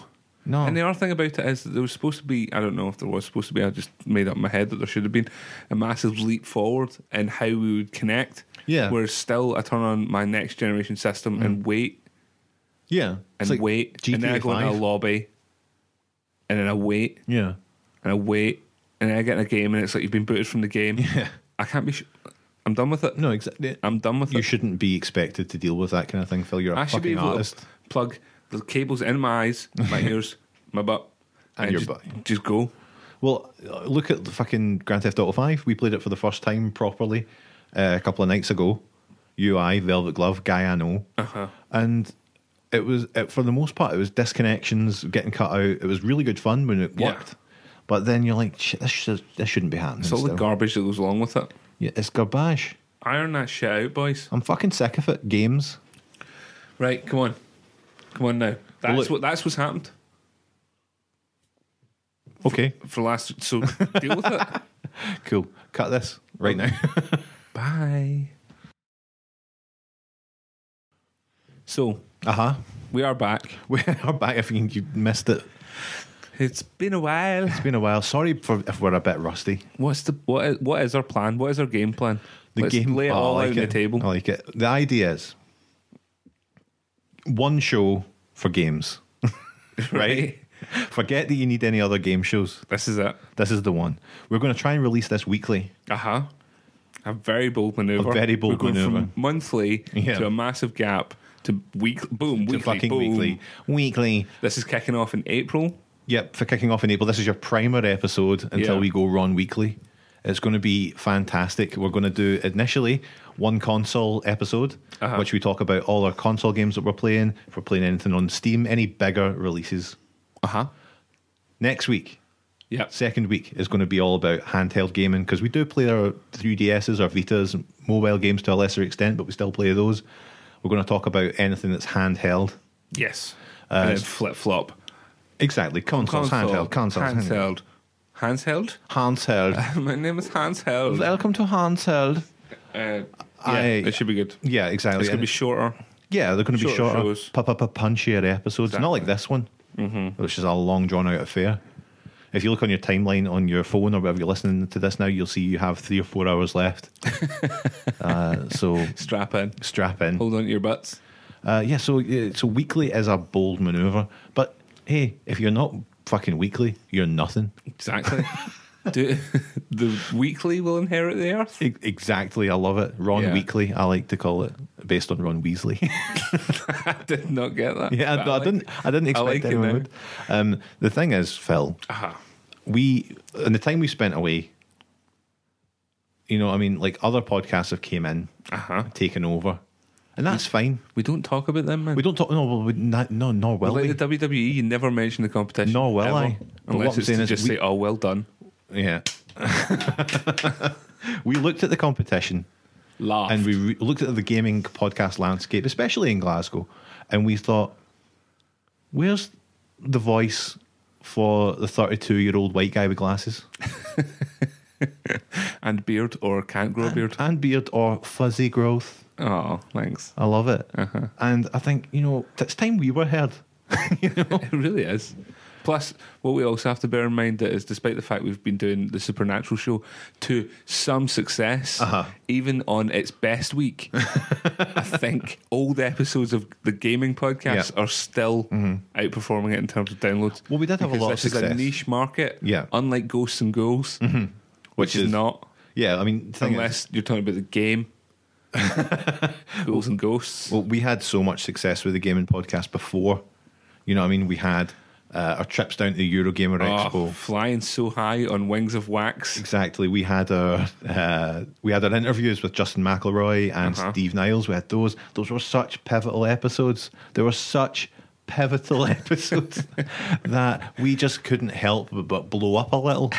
[SPEAKER 1] No.
[SPEAKER 2] And the other thing about it is that there was supposed to be, I don't know if there was supposed to be, I just made up in my head that there should have been a massive leap forward in how we would connect.
[SPEAKER 1] Yeah.
[SPEAKER 2] Whereas still, I turn on my next generation system and wait
[SPEAKER 1] yeah.
[SPEAKER 2] and
[SPEAKER 1] It's like
[SPEAKER 2] wait.
[SPEAKER 1] GTA
[SPEAKER 2] and then I go into a
[SPEAKER 1] 5.
[SPEAKER 2] lobby and then I wait
[SPEAKER 1] Yeah.
[SPEAKER 2] and I wait and then I get in a game and it's like you've been booted from the game.
[SPEAKER 1] Yeah.
[SPEAKER 2] I can't be, sh- I'm done with it.
[SPEAKER 1] No, exactly.
[SPEAKER 2] I'm done with
[SPEAKER 1] You
[SPEAKER 2] it.
[SPEAKER 1] shouldn't be expected to deal with that kind of thing, Phil. You're a
[SPEAKER 2] I should be
[SPEAKER 1] fucking
[SPEAKER 2] able
[SPEAKER 1] artist.
[SPEAKER 2] to plug the cables in my eyes, my ears, my butt,
[SPEAKER 1] And your
[SPEAKER 2] just,
[SPEAKER 1] butt.
[SPEAKER 2] Just go.
[SPEAKER 1] Well, uh, look at the fucking Grand Theft Auto 5. We played it for the first time properly uh, a couple of nights ago. UI, Velvet Glove, guy I know.
[SPEAKER 2] Uh-huh.
[SPEAKER 1] And it was, it, for the most part, it was disconnections, getting cut out. It was really good fun when it
[SPEAKER 2] Yeah.
[SPEAKER 1] worked. But then you're like, Shit, this, should, this shouldn't be happening.
[SPEAKER 2] It's all the
[SPEAKER 1] still."
[SPEAKER 2] garbage that goes along with it.
[SPEAKER 1] yeah, it's garbage.
[SPEAKER 2] Iron that shit out, boys.
[SPEAKER 1] I'm fucking sick of it. Games.
[SPEAKER 2] Right, come on. Come on now. That's
[SPEAKER 1] look-
[SPEAKER 2] what that's what's happened
[SPEAKER 1] Okay,
[SPEAKER 2] for last so deal with it.
[SPEAKER 1] cool. Cut this right now.
[SPEAKER 2] Bye. So,
[SPEAKER 1] uh huh.
[SPEAKER 2] we are back.
[SPEAKER 1] We are back. If you, you missed it,
[SPEAKER 2] It's been a while.
[SPEAKER 1] it's been a while. Sorry for if we're a bit rusty.
[SPEAKER 2] What's the what is, what is our plan? What is our game plan?
[SPEAKER 1] The
[SPEAKER 2] Let's
[SPEAKER 1] game
[SPEAKER 2] lay it
[SPEAKER 1] Oh, I
[SPEAKER 2] all out
[SPEAKER 1] like
[SPEAKER 2] on the
[SPEAKER 1] it.
[SPEAKER 2] table.
[SPEAKER 1] I like it. The idea is one show for games, right? Forget that you need any other game shows.
[SPEAKER 2] This is it.
[SPEAKER 1] This is the one. We're going to try and release this weekly.
[SPEAKER 2] Uh huh. A very bold maneuver.
[SPEAKER 1] A very bold
[SPEAKER 2] We're going
[SPEAKER 1] manoeuvre.
[SPEAKER 2] From monthly
[SPEAKER 1] Yeah.
[SPEAKER 2] to a massive gap to week. Boom.
[SPEAKER 1] to
[SPEAKER 2] Weekly.
[SPEAKER 1] fucking
[SPEAKER 2] boom.
[SPEAKER 1] weekly. Weekly.
[SPEAKER 2] This is kicking off in April.
[SPEAKER 1] Yep, for kicking off in April. This is your primer episode until
[SPEAKER 2] Yeah.
[SPEAKER 1] we go Ron Weekly. It's going to be fantastic. We're going to do initially one console episode,
[SPEAKER 2] Uh-huh.
[SPEAKER 1] which we talk about all our console games that we're playing. If we're playing anything on Steam, any bigger releases.
[SPEAKER 2] Uh huh.
[SPEAKER 1] Uh-huh. Next week,
[SPEAKER 2] Yep.
[SPEAKER 1] second week is going to be all about handheld gaming because we do play our 3DSs, our Vitas, and mobile games to a lesser extent, but we still play those. We're going to talk about anything that's handheld.
[SPEAKER 2] Yes. and then flip flop.
[SPEAKER 1] Exactly, consoles, Uh, handheld, consoles, handheld.
[SPEAKER 2] Handheld. Handheld.
[SPEAKER 1] Handheld.
[SPEAKER 2] My name is Handheld.
[SPEAKER 1] Welcome to handheld.
[SPEAKER 2] Uh, yeah,
[SPEAKER 1] I-
[SPEAKER 2] it should be good.
[SPEAKER 1] Yeah, exactly.
[SPEAKER 2] It's going
[SPEAKER 1] And
[SPEAKER 2] to be shorter.
[SPEAKER 1] yeah, they're going to be
[SPEAKER 2] shorter
[SPEAKER 1] shorter,
[SPEAKER 2] shows.
[SPEAKER 1] pu- pu- pu- punchier episodes. Not like this one, which is a long drawn out affair. If you look on your timeline on your phone or whatever you're listening to this now, you'll see you have three or four hours left. uh, so
[SPEAKER 2] Strap in.
[SPEAKER 1] strap in.
[SPEAKER 2] Hold on to your butts.
[SPEAKER 1] Uh, yeah, so uh, so weekly is a bold maneuver, but hey, if you're not fucking weekly, you're nothing.
[SPEAKER 2] Exactly. Do, the weekly will inherit the earth.
[SPEAKER 1] E- exactly, I love it. Ron
[SPEAKER 2] Yeah.
[SPEAKER 1] Weekly, I like to call it, based on Ron Weasley.
[SPEAKER 2] I did not get that.
[SPEAKER 1] yeah,
[SPEAKER 2] But
[SPEAKER 1] I, I
[SPEAKER 2] like
[SPEAKER 1] didn't,
[SPEAKER 2] it.
[SPEAKER 1] I didn't expect
[SPEAKER 2] like it
[SPEAKER 1] anyone
[SPEAKER 2] now.
[SPEAKER 1] would. Um, the thing is, Phil,
[SPEAKER 2] Uh-huh.
[SPEAKER 1] we and the time we spent away, you know, I mean, like other podcasts have came in,
[SPEAKER 2] Uh-huh.
[SPEAKER 1] taken over, and that's fine.
[SPEAKER 2] We don't talk about them, man.
[SPEAKER 1] We don't talk. No, well, we, not, no, nor will
[SPEAKER 2] like
[SPEAKER 1] we.
[SPEAKER 2] the WWE, you never mention the competition.
[SPEAKER 1] Nor will
[SPEAKER 2] ever,
[SPEAKER 1] I. But what
[SPEAKER 2] Unless
[SPEAKER 1] I'm
[SPEAKER 2] it's
[SPEAKER 1] saying
[SPEAKER 2] to
[SPEAKER 1] is
[SPEAKER 2] just
[SPEAKER 1] we-
[SPEAKER 2] say, "Oh, well done,
[SPEAKER 1] Yeah. we looked at the competition
[SPEAKER 2] laugh."
[SPEAKER 1] and we re- looked at the gaming podcast landscape, especially in Glasgow, and we thought, where's the voice for the 32 year old white guy with glasses
[SPEAKER 2] and beard or can't grow a beard.
[SPEAKER 1] and beard or fuzzy growth?
[SPEAKER 2] Oh, thanks.
[SPEAKER 1] I love it. And I think, you know, it's time we were heard.
[SPEAKER 2] It really is. Plus, what we also have to bear in mind is, despite the fact we've been doing the Supernatural show to some success,
[SPEAKER 1] Uh-huh.
[SPEAKER 2] even on its best week, I think old episodes of the gaming podcast
[SPEAKER 1] Yeah. Mm-hmm.
[SPEAKER 2] are still outperforming it in terms of downloads.
[SPEAKER 1] Well, we did have a
[SPEAKER 2] Because
[SPEAKER 1] lot of
[SPEAKER 2] this is
[SPEAKER 1] success.
[SPEAKER 2] a niche market,
[SPEAKER 1] Yeah. Mm-hmm.
[SPEAKER 2] unlike Ghosts and Ghouls, which, is,
[SPEAKER 1] is-
[SPEAKER 2] not.
[SPEAKER 1] Yeah, I mean, the thing is-
[SPEAKER 2] Unless you're talking about the game, ghouls and ghosts.
[SPEAKER 1] Oh, Well, we had so much success with the gaming podcast before. You know, what I mean, we had uh, our trips down to the Eurogamer
[SPEAKER 2] Oh,
[SPEAKER 1] Expo.
[SPEAKER 2] flying so high on wings of wax.
[SPEAKER 1] Exactly. We had our uh, we had our interviews with Justin McElroy and
[SPEAKER 2] Uh-huh.
[SPEAKER 1] Steve Niles. We had those. Those were such pivotal episodes. They were such pivotal episodes that we just couldn't help but- but blow up a little.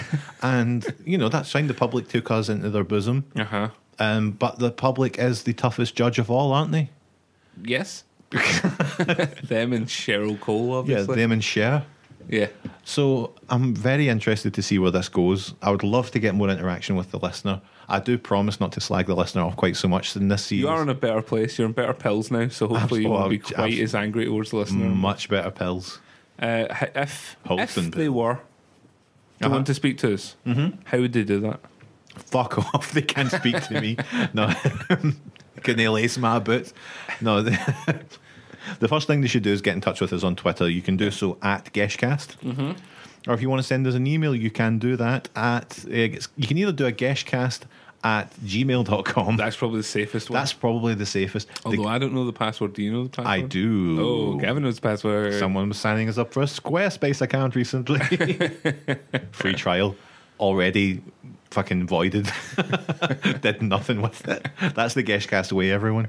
[SPEAKER 1] And you know that's fine. The public took us into their bosom.
[SPEAKER 2] Uh huh.
[SPEAKER 1] Um, but the public is the toughest judge of all, aren't they?
[SPEAKER 2] Yes. them and Cheryl Cole,
[SPEAKER 1] Yeah,
[SPEAKER 2] obviously.
[SPEAKER 1] them and Cher.
[SPEAKER 2] Yeah.
[SPEAKER 1] So I'm very interested to see where this goes. I would love to get more interaction with the listener. I do promise not to slag the listener off quite so much in this season.
[SPEAKER 2] You are in a better place. You're in better pills now, so hopefully you
[SPEAKER 1] Absol-
[SPEAKER 2] won't be
[SPEAKER 1] abs- oh,
[SPEAKER 2] quite as angry towards the listener.
[SPEAKER 1] much better pills.
[SPEAKER 2] Uh, h- if if
[SPEAKER 1] Wholesome
[SPEAKER 2] they were to
[SPEAKER 1] Uh-huh. Mm-hmm.
[SPEAKER 2] want to speak to us, how would they do that?
[SPEAKER 1] Fuck off. They can't speak to me. No. Can they lace my boots? No. The, the first thing they should do is get in touch with us on Twitter. You can do so at Geshcast. Mm-hmm. Or if you want to send us an email, you can do that at. Uh, it's- you can either do a Geshcast at gmail.com.
[SPEAKER 2] That's probably the safest one.
[SPEAKER 1] That's probably the safest. The-
[SPEAKER 2] Although I don't know the password. Do you know the password?
[SPEAKER 1] I do.
[SPEAKER 2] Oh, Gavin knows the password.
[SPEAKER 1] Someone was signing us up for a Squarespace account recently. Free trial already fucking voided. Did nothing with it. That's the Geshcast way, everyone.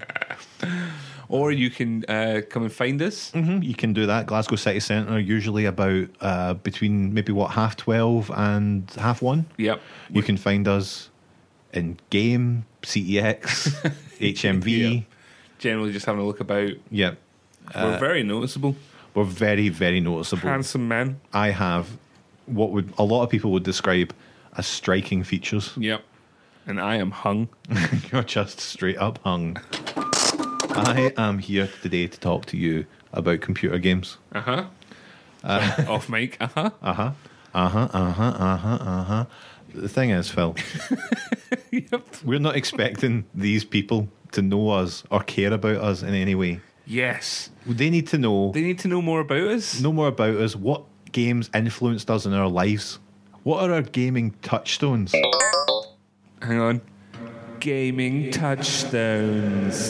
[SPEAKER 2] Or you can uh, come and find us.
[SPEAKER 1] Mhm, You can do that. Glasgow City Centre, usually about uh, between maybe what, half 12 and half 1.
[SPEAKER 2] Yep.
[SPEAKER 1] You can find us in Game, E CEX, HMV.
[SPEAKER 2] Generally, just having a look about. Uh,
[SPEAKER 1] Yep.
[SPEAKER 2] We're very noticeable.
[SPEAKER 1] We're very, very noticeable.
[SPEAKER 2] Handsome man.
[SPEAKER 1] I have what would a lot of people would describe as striking features.
[SPEAKER 2] Yep. And I am hung.
[SPEAKER 1] You're just straight up hung. I am here today to talk to you about computer games.
[SPEAKER 2] Uh-huh. Off mic. Uh huh.
[SPEAKER 1] Uh huh. Uh huh. Uh huh. Uh huh. Uh huh. The thing is, Phil,
[SPEAKER 2] yep.
[SPEAKER 1] we're not expecting these people to know us or care about us in any way.
[SPEAKER 2] Yes.
[SPEAKER 1] They need to know
[SPEAKER 2] They need to know more about us.
[SPEAKER 1] know more about us, what games influenced us in our lives. What are our gaming touchstones?
[SPEAKER 2] Hang on. Gaming touchdowns.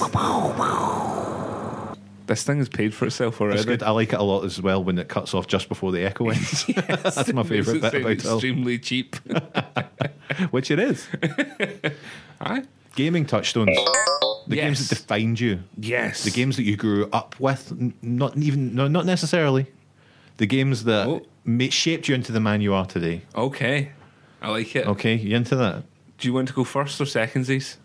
[SPEAKER 2] This thing has paid for itself
[SPEAKER 1] It's
[SPEAKER 2] already.
[SPEAKER 1] good. I like it a lot as well when it cuts off just before the echo ends, That's my favourite
[SPEAKER 2] Makes
[SPEAKER 1] bit
[SPEAKER 2] it
[SPEAKER 1] about it
[SPEAKER 2] sound
[SPEAKER 1] all.
[SPEAKER 2] Extremely cheap.
[SPEAKER 1] which it is.
[SPEAKER 2] Aye.
[SPEAKER 1] Gaming touchstones. The
[SPEAKER 2] Yes.
[SPEAKER 1] games that defined you.
[SPEAKER 2] Yes.
[SPEAKER 1] The games that you grew up with, n- not even, no, not necessarily. The games that
[SPEAKER 2] Oh.
[SPEAKER 1] ma- shaped you into the man you are today.
[SPEAKER 2] Okay. I like it.
[SPEAKER 1] Okay, you into that?
[SPEAKER 2] Do you want to go first or secondsies?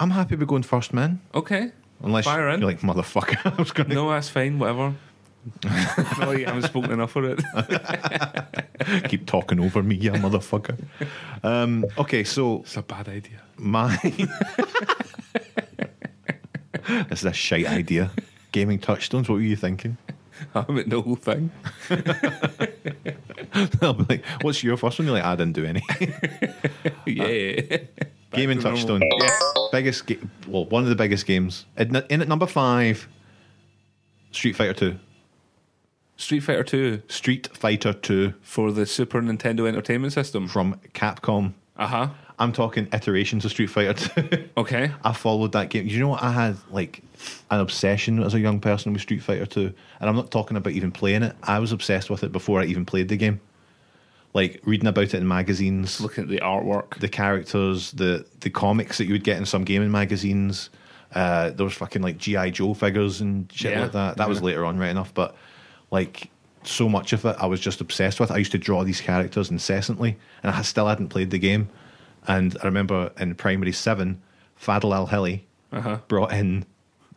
[SPEAKER 1] I'm happy with going first, man.
[SPEAKER 2] Okay.
[SPEAKER 1] Unless
[SPEAKER 2] Fire in.
[SPEAKER 1] you're like, motherfucker, I was going to
[SPEAKER 2] No, that's fine. Whatever. no, like you haven't spoken enough for it.
[SPEAKER 1] keep talking over me, you motherfucker. Um, okay, so
[SPEAKER 2] It's a bad idea.
[SPEAKER 1] my. this is a shite idea. Gaming touchstones, what were you thinking?
[SPEAKER 2] I'm at the whole thing.
[SPEAKER 1] I'll be like, what's your first one? You're like, I didn't do any.
[SPEAKER 2] Yeah.
[SPEAKER 1] Game and
[SPEAKER 2] to normal.
[SPEAKER 1] touchstone. Biggest ga- well, one of the biggest games. In, in at number five, Street Fighter Two.
[SPEAKER 2] Street Fighter 2
[SPEAKER 1] Street Fighter Two
[SPEAKER 2] for the Super Nintendo Entertainment System.
[SPEAKER 1] from Capcom.
[SPEAKER 2] Uh huh.
[SPEAKER 1] I'm talking iterations of Street Fighter Two.
[SPEAKER 2] Okay.
[SPEAKER 1] I followed that game. You know what? I had like an obsession as a young person with Street Fighter Two, and I'm not talking about even playing it. I was obsessed with it before I even played the game. Like reading about it in magazines,
[SPEAKER 2] Looking at the artwork.
[SPEAKER 1] the characters, the the comics that you would get in some gaming magazines. Uh, there was fucking like GI Joe figures and shit
[SPEAKER 2] Yeah.
[SPEAKER 1] like that. That was
[SPEAKER 2] Yeah.
[SPEAKER 1] later on, right enough. But like so much of it, I was just obsessed with. I used to draw these characters incessantly, and I had- still hadn't played the game. And I remember in primary seven, Fadl Al Heli
[SPEAKER 2] Uh-huh.
[SPEAKER 1] brought in.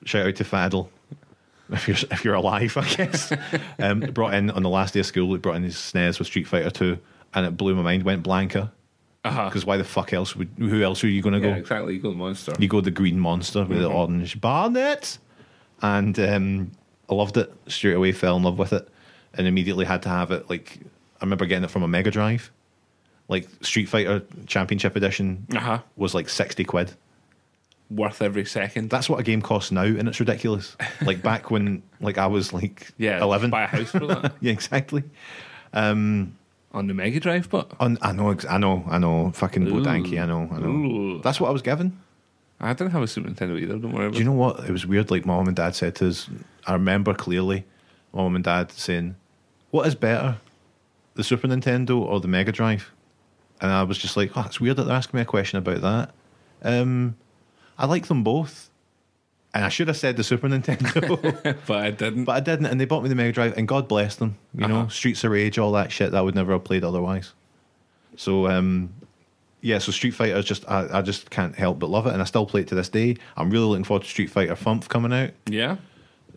[SPEAKER 1] Shout out to Fadl. If you're if you're alive, I guess. um, brought in on the last day of school. He brought in his snares with Street Fighter Two, and it blew my mind. Went blanker.
[SPEAKER 2] Uh-huh.
[SPEAKER 1] Because why the fuck else would who else are you going to
[SPEAKER 2] Yeah, Mm-hmm.
[SPEAKER 1] go?
[SPEAKER 2] exactly. Eagle Monster.
[SPEAKER 1] You go the Green Monster with the orange barnet, and um, I loved it straight away. Fell in love with it, and immediately had to have it. Like I remember getting it from a Mega Drive, like Street Fighter Championship Edition
[SPEAKER 2] Uh-huh.
[SPEAKER 1] was like sixty quid.
[SPEAKER 2] Worth every second.
[SPEAKER 1] That's what a game costs now, and it's ridiculous. like back when like I was like
[SPEAKER 2] yeah.
[SPEAKER 1] eleven.
[SPEAKER 2] Buy a house for that.
[SPEAKER 1] yeah, exactly.
[SPEAKER 2] On the Mega Drive, but
[SPEAKER 1] On, I know, ex- I know, I know. Fucking
[SPEAKER 2] Ooh.
[SPEAKER 1] Bodanky, I know, I know.
[SPEAKER 2] Ooh.
[SPEAKER 1] That's what I was given.
[SPEAKER 2] I didn't have a Super Nintendo either. Don't worry about
[SPEAKER 1] Do you know what? It was weird. Like, my mum and dad said to us, I remember clearly my mum and dad saying, what is better, the Super Nintendo or the Mega Drive? And I was just like, oh, it's weird that they're asking me a question about that. Um, I like them both. And I should have said the Super Nintendo,
[SPEAKER 2] but I didn't.
[SPEAKER 1] but I didn't. And they bought me the Mega Drive, and God bless them. You know,
[SPEAKER 2] Uh-huh.
[SPEAKER 1] Streets of Rage, all that shit that I would never have played otherwise. So, um, yeah, so Street Fighter is just, I, I just can't help but love it. And I still play it to this day. I'm really looking forward to Street Fighter Fump coming out.
[SPEAKER 2] yeah,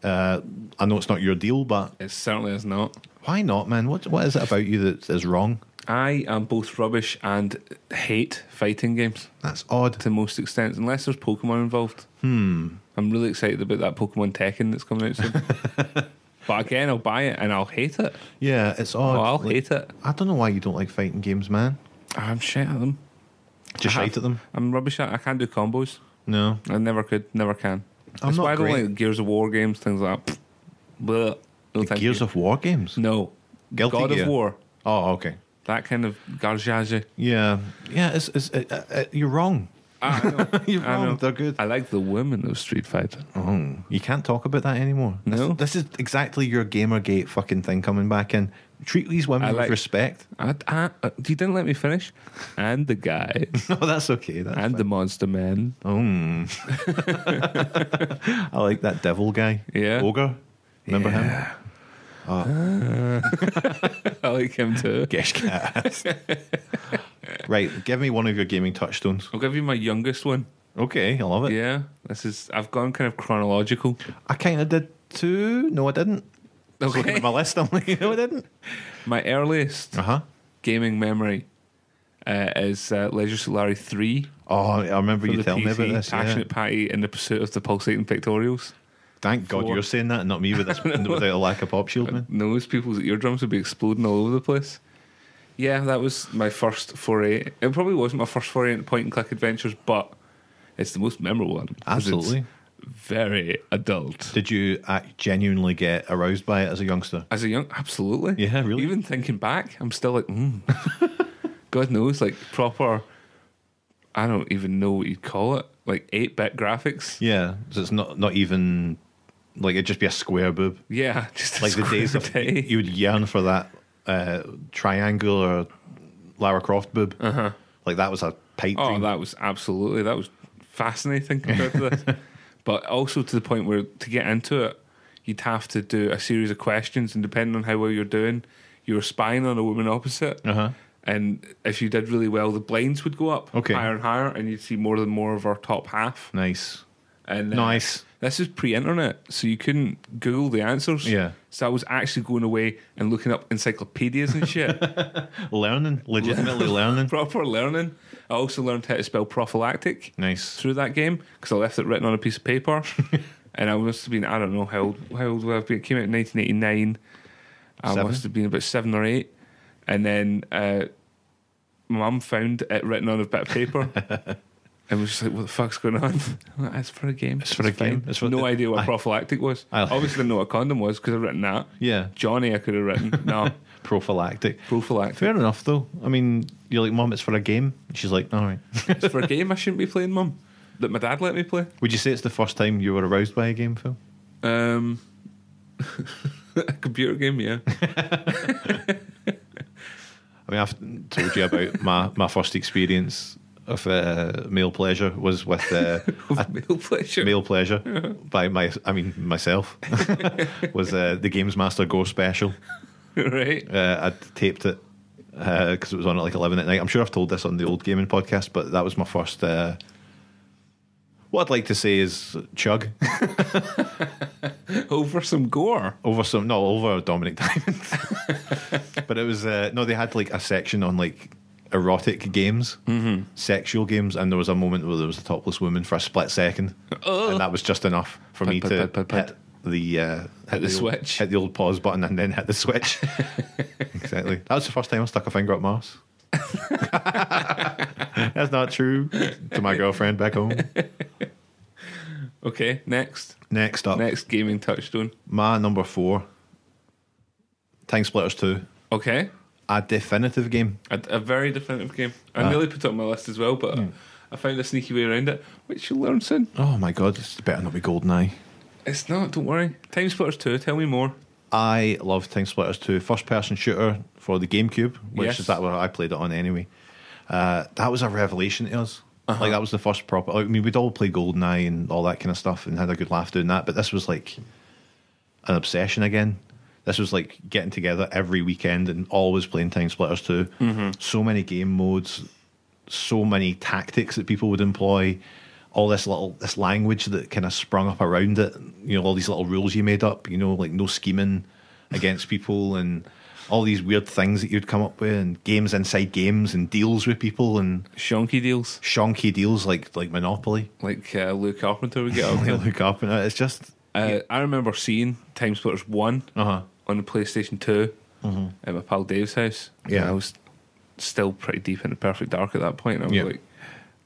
[SPEAKER 1] Uh, I know it's not your deal, but
[SPEAKER 2] it certainly is not.
[SPEAKER 1] why not, man? What what is it about you that is wrong?
[SPEAKER 2] I am both rubbish and hate fighting games
[SPEAKER 1] That's odd.
[SPEAKER 2] to most extent, unless there's Pokemon involved. Hmm. I'm really excited about that Pokemon Tekken that's coming out soon. but again, I'll buy it and I'll hate it.
[SPEAKER 1] Yeah, it's
[SPEAKER 2] Oh,
[SPEAKER 1] odd.
[SPEAKER 2] I'll
[SPEAKER 1] Like,
[SPEAKER 2] hate it.
[SPEAKER 1] I don't know why you don't like fighting games, man.
[SPEAKER 2] I'm shit at them.
[SPEAKER 1] Just
[SPEAKER 2] I have-
[SPEAKER 1] shite at them.
[SPEAKER 2] I'm rubbish at. I can't do combos.
[SPEAKER 1] No,
[SPEAKER 2] I never could. Never can.
[SPEAKER 1] I'm
[SPEAKER 2] that's
[SPEAKER 1] not
[SPEAKER 2] why I
[SPEAKER 1] great.
[SPEAKER 2] don't like Gears of War games, things like that. Blah. No, thank
[SPEAKER 1] Gears
[SPEAKER 2] you.
[SPEAKER 1] of War games.
[SPEAKER 2] no.
[SPEAKER 1] Guilty
[SPEAKER 2] God
[SPEAKER 1] Gear.
[SPEAKER 2] of War.
[SPEAKER 1] Oh, okay.
[SPEAKER 2] That kind of garjage.
[SPEAKER 1] Yeah, yeah. It's, it's uh, uh, uh, you're wrong.
[SPEAKER 2] Ah, I know.
[SPEAKER 1] You're
[SPEAKER 2] I know.
[SPEAKER 1] wrong. They're good.
[SPEAKER 2] I like the women of Street Fighter.
[SPEAKER 1] Oh, you can't talk about that anymore. This-
[SPEAKER 2] No.
[SPEAKER 1] this, is exactly your GamerGate fucking thing coming back in. Treat these women
[SPEAKER 2] I
[SPEAKER 1] with
[SPEAKER 2] like-
[SPEAKER 1] respect.
[SPEAKER 2] I, I, uh, you didn't let me finish. And the guy.
[SPEAKER 1] No, that's okay. That's
[SPEAKER 2] and the monster man.
[SPEAKER 1] fine. I like that devil guy.
[SPEAKER 2] Yeah.
[SPEAKER 1] ogre. Remember him?
[SPEAKER 2] Yeah. I like him too.
[SPEAKER 1] Gish cat. right, give me one of your gaming touchstones.
[SPEAKER 2] I'll give you my youngest one.
[SPEAKER 1] Okay, I love it.
[SPEAKER 2] Yeah, this is. I've gone kind of chronological.
[SPEAKER 1] I kind of did too. No, I didn't. I was looking at my list. I'm like, no, I didn't.
[SPEAKER 2] My earliest
[SPEAKER 1] Uh huh.
[SPEAKER 2] gaming memory uh, is uh, Leisure Suit Larry three.
[SPEAKER 1] Oh, I remember
[SPEAKER 2] for
[SPEAKER 1] you
[SPEAKER 2] the
[SPEAKER 1] telling me
[SPEAKER 2] PC,
[SPEAKER 1] about this. yeah.
[SPEAKER 2] Passionate Patty in the pursuit of the pulsating pictorials.
[SPEAKER 1] Thank God
[SPEAKER 2] Four.
[SPEAKER 1] you're saying that, and not me with this, without a lack of pop shield, man.
[SPEAKER 2] Those people's eardrums would be exploding all over the place. Yeah, that was my first foray. It probably wasn't my first foray into point and click adventures, but it's the most memorable one. 'cause it's
[SPEAKER 1] Absolutely.
[SPEAKER 2] Very adult.
[SPEAKER 1] Did you uh, genuinely get aroused by it as a youngster?
[SPEAKER 2] As a young, absolutely.
[SPEAKER 1] Yeah, really?
[SPEAKER 2] Even thinking back, I'm still like, mm. God knows, like proper. I don't even know what you'd call it, like eight bit graphics.
[SPEAKER 1] Yeah. So it's not not even like it'd just be a square boob.
[SPEAKER 2] Yeah, just a
[SPEAKER 1] Like the days
[SPEAKER 2] square
[SPEAKER 1] of
[SPEAKER 2] day.
[SPEAKER 1] you would yearn for that uh, triangular Lara Croft boob. Uh-huh. Like that was a pipe
[SPEAKER 2] Oh,
[SPEAKER 1] dream.
[SPEAKER 2] that was absolutely that was fascinating compared to this. But also to the point where to get into it, you'd have to do a series of questions, and depending on how well you're doing, you were spying on a woman opposite.
[SPEAKER 1] Uh-huh.
[SPEAKER 2] And if you did really well, the blinds would go up
[SPEAKER 1] Okay.
[SPEAKER 2] higher and higher, and you'd see more and more of our top half.
[SPEAKER 1] Nice.
[SPEAKER 2] And uh,
[SPEAKER 1] Nice.
[SPEAKER 2] This is pre-internet, so you couldn't Google the answers.
[SPEAKER 1] Yeah.
[SPEAKER 2] So I was actually going away and looking up encyclopedias and shit.
[SPEAKER 1] Learning, legitimately learning.
[SPEAKER 2] Proper learning. I also learned how to spell prophylactic.
[SPEAKER 1] Nice.
[SPEAKER 2] through that game because I left it written on a piece of paper, and I must have been I don't know how old how old would I have been. It came out in 1989. I
[SPEAKER 1] Seven?
[SPEAKER 2] must have been about seven or eight, and then uh, my mum found it written on a bit of paper. And was just like, what the fuck's going on? I'm like, it's for a game. It's
[SPEAKER 1] for a game. It's for
[SPEAKER 2] no
[SPEAKER 1] the-
[SPEAKER 2] idea what
[SPEAKER 1] I-
[SPEAKER 2] prophylactic was.
[SPEAKER 1] I-
[SPEAKER 2] I obviously didn't know what a condom was because I'd written that.
[SPEAKER 1] Yeah.
[SPEAKER 2] Johnny, I could have written. No,
[SPEAKER 1] Prophylactic.
[SPEAKER 2] prophylactic.
[SPEAKER 1] Fair enough, though. I mean, you're like, Mum, it's for a game. She's like, all right.
[SPEAKER 2] It's for a game I shouldn't be playing, mum. That my dad let me play.
[SPEAKER 1] Would you say it's the first time you were aroused by a game, Phil?
[SPEAKER 2] Um, a computer game, yeah.
[SPEAKER 1] I mean, I've told you about my, my first experience of uh, male pleasure was with uh,
[SPEAKER 2] Of male pleasure.
[SPEAKER 1] male pleasure by my, I mean, myself, was uh, the Games Master Go special.
[SPEAKER 2] right?
[SPEAKER 1] Uh, I'd taped it because it was on at like 11 at night. I'm sure I've told this on the old gaming podcast, but that was my first. Uh, what I'd like to say is chug
[SPEAKER 2] Over some gore.
[SPEAKER 1] over some, no, over Dominic Diamond. but it was, uh, no, they had like a section on like erotic games,
[SPEAKER 2] Mm-hmm.
[SPEAKER 1] sexual games, and there was a moment where there was a topless woman for a split second. And that was just enough for me
[SPEAKER 2] Oh. put,
[SPEAKER 1] to
[SPEAKER 2] put, put, put.
[SPEAKER 1] hit the, uh, hit
[SPEAKER 2] the
[SPEAKER 1] old-
[SPEAKER 2] switch.
[SPEAKER 1] hit the old pause button and then hit the switch. exactly. That was the first time I stuck a finger up Mars. That's not true to my girlfriend back home.
[SPEAKER 2] Okay, next.
[SPEAKER 1] Next up,
[SPEAKER 2] Next gaming touchstone.
[SPEAKER 1] my number four, Time Splitters 2,
[SPEAKER 2] Okay.
[SPEAKER 1] a definitive game.
[SPEAKER 2] A, a very definitive game. I
[SPEAKER 1] Ah.
[SPEAKER 2] nearly put it on my list as well, but I found a sneaky way around it, which you'll learn soon.
[SPEAKER 1] Oh my god, it's better not be Goldeneye.
[SPEAKER 2] It's not, don't worry. Time Splitters 2, tell me more.
[SPEAKER 1] I loved Time Splitters 2, first person shooter for the GameCube, which
[SPEAKER 2] Yes.
[SPEAKER 1] is that where I played it on anyway. Uh, that was a revelation to us. Like that was the first proper. Like, I mean, we'd all play GoldenEye and all that kind of stuff, and had a good laugh doing that. But this was like an obsession again. This was like getting together every weekend and always playing Time Splitters 2. So many game modes, so many tactics that people would employ, all this little this language that kind of sprung up around it. You know, all these little rules you made up. You know, like no scheming against people and all these weird things that you'd come up with and games inside games and deals with people and
[SPEAKER 2] Shonky deals
[SPEAKER 1] shonky deals like like Monopoly.
[SPEAKER 2] like uh, Luke Carpenter would get up
[SPEAKER 1] They
[SPEAKER 2] with.
[SPEAKER 1] look up and it's just
[SPEAKER 2] Uh, I remember seeing Time Splitters One
[SPEAKER 1] Uh-huh.
[SPEAKER 2] on the PlayStation 2 at my pal Dave's house.
[SPEAKER 1] Mm-hmm. Yeah.
[SPEAKER 2] and I was still pretty deep in the Perfect Dark at that point, and I was
[SPEAKER 1] Yeah.
[SPEAKER 2] like,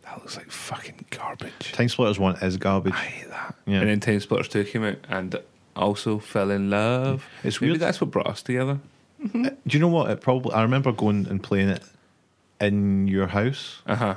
[SPEAKER 2] "That looks like fucking garbage.
[SPEAKER 1] Time Splitters One is garbage.
[SPEAKER 2] I hate that."
[SPEAKER 1] Yeah.
[SPEAKER 2] And then Time Splitters Two came out, and I also fell in love.
[SPEAKER 1] It's
[SPEAKER 2] Maybe
[SPEAKER 1] weird.
[SPEAKER 2] that's what brought us together.
[SPEAKER 1] Do you know what? It probably I remember going and playing it in your house
[SPEAKER 2] Uh huh.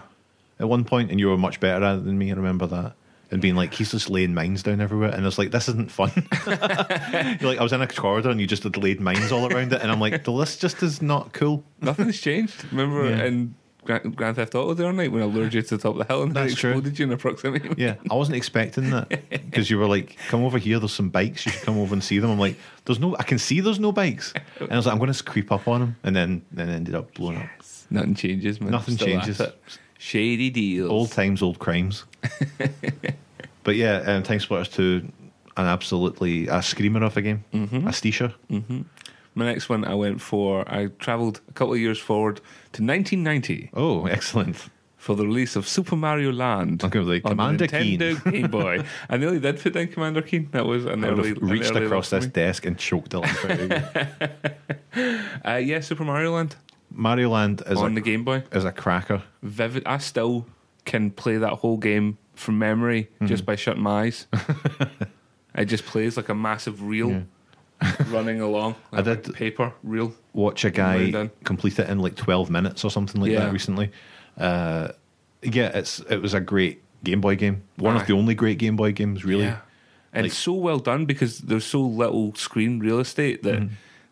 [SPEAKER 1] at one point, and you were much better at it than me. I remember that. And being like, he's just laying mines down everywhere, and it's like this isn't fun. You're like, I was in a corridor, and you just had laid mines all around it, and I'm like, the list just is not cool.
[SPEAKER 2] Nothing's changed. Remember
[SPEAKER 1] Yeah.
[SPEAKER 2] in Grand, Grand Theft Auto the other night when I lured you to the top of the hill and I
[SPEAKER 1] That's true.
[SPEAKER 2] exploded you in the proximity?
[SPEAKER 1] Yeah, I wasn't expecting that because you were like, "Come over here. There's some bikes. You should come over and see them." I'm like, "There's no. I can see there's no bikes." And I was like, "I'm going to creep up on them," and then then ended up blowing up.
[SPEAKER 2] Nothing changes, man.
[SPEAKER 1] Nothing
[SPEAKER 2] Still at
[SPEAKER 1] changes.
[SPEAKER 2] it. Shady deals.
[SPEAKER 1] old times, old crimes. but yeah, um, Time Splitters 2, an absolutely a screamer of a game, a stisher.
[SPEAKER 2] My next one I went for, I travelled a couple of years forward to 1990
[SPEAKER 1] Oh, excellent!
[SPEAKER 2] for the release of Super Mario Land.
[SPEAKER 1] Okay, like
[SPEAKER 2] on
[SPEAKER 1] Commander
[SPEAKER 2] the Nintendo Game Boy. I nearly did put down Commander Keen. That was an
[SPEAKER 1] I would
[SPEAKER 2] early.
[SPEAKER 1] have
[SPEAKER 2] an
[SPEAKER 1] reached
[SPEAKER 2] early
[SPEAKER 1] across
[SPEAKER 2] love
[SPEAKER 1] this
[SPEAKER 2] for
[SPEAKER 1] desk and choked the life out of you.
[SPEAKER 2] me. Uh, yeah, Super Mario Land
[SPEAKER 1] Mario Land is
[SPEAKER 2] on
[SPEAKER 1] a,
[SPEAKER 2] the Game Boy.
[SPEAKER 1] is a cracker.
[SPEAKER 2] Vivid. I still can play that whole game from memory
[SPEAKER 1] Mm-hmm.
[SPEAKER 2] just by shutting my eyes. it just plays like a massive reel running along. Like
[SPEAKER 1] did-
[SPEAKER 2] a paper reel.
[SPEAKER 1] Watch a
[SPEAKER 2] Well
[SPEAKER 1] guy
[SPEAKER 2] done.
[SPEAKER 1] complete it in like twelve minutes or something like
[SPEAKER 2] Yeah.
[SPEAKER 1] that recently. Uh, yeah, it's it was a great Game Boy game. One
[SPEAKER 2] Aye.
[SPEAKER 1] of the only great Game Boy games, really.
[SPEAKER 2] Yeah. And
[SPEAKER 1] Like-
[SPEAKER 2] so well done because there's so little screen real estate that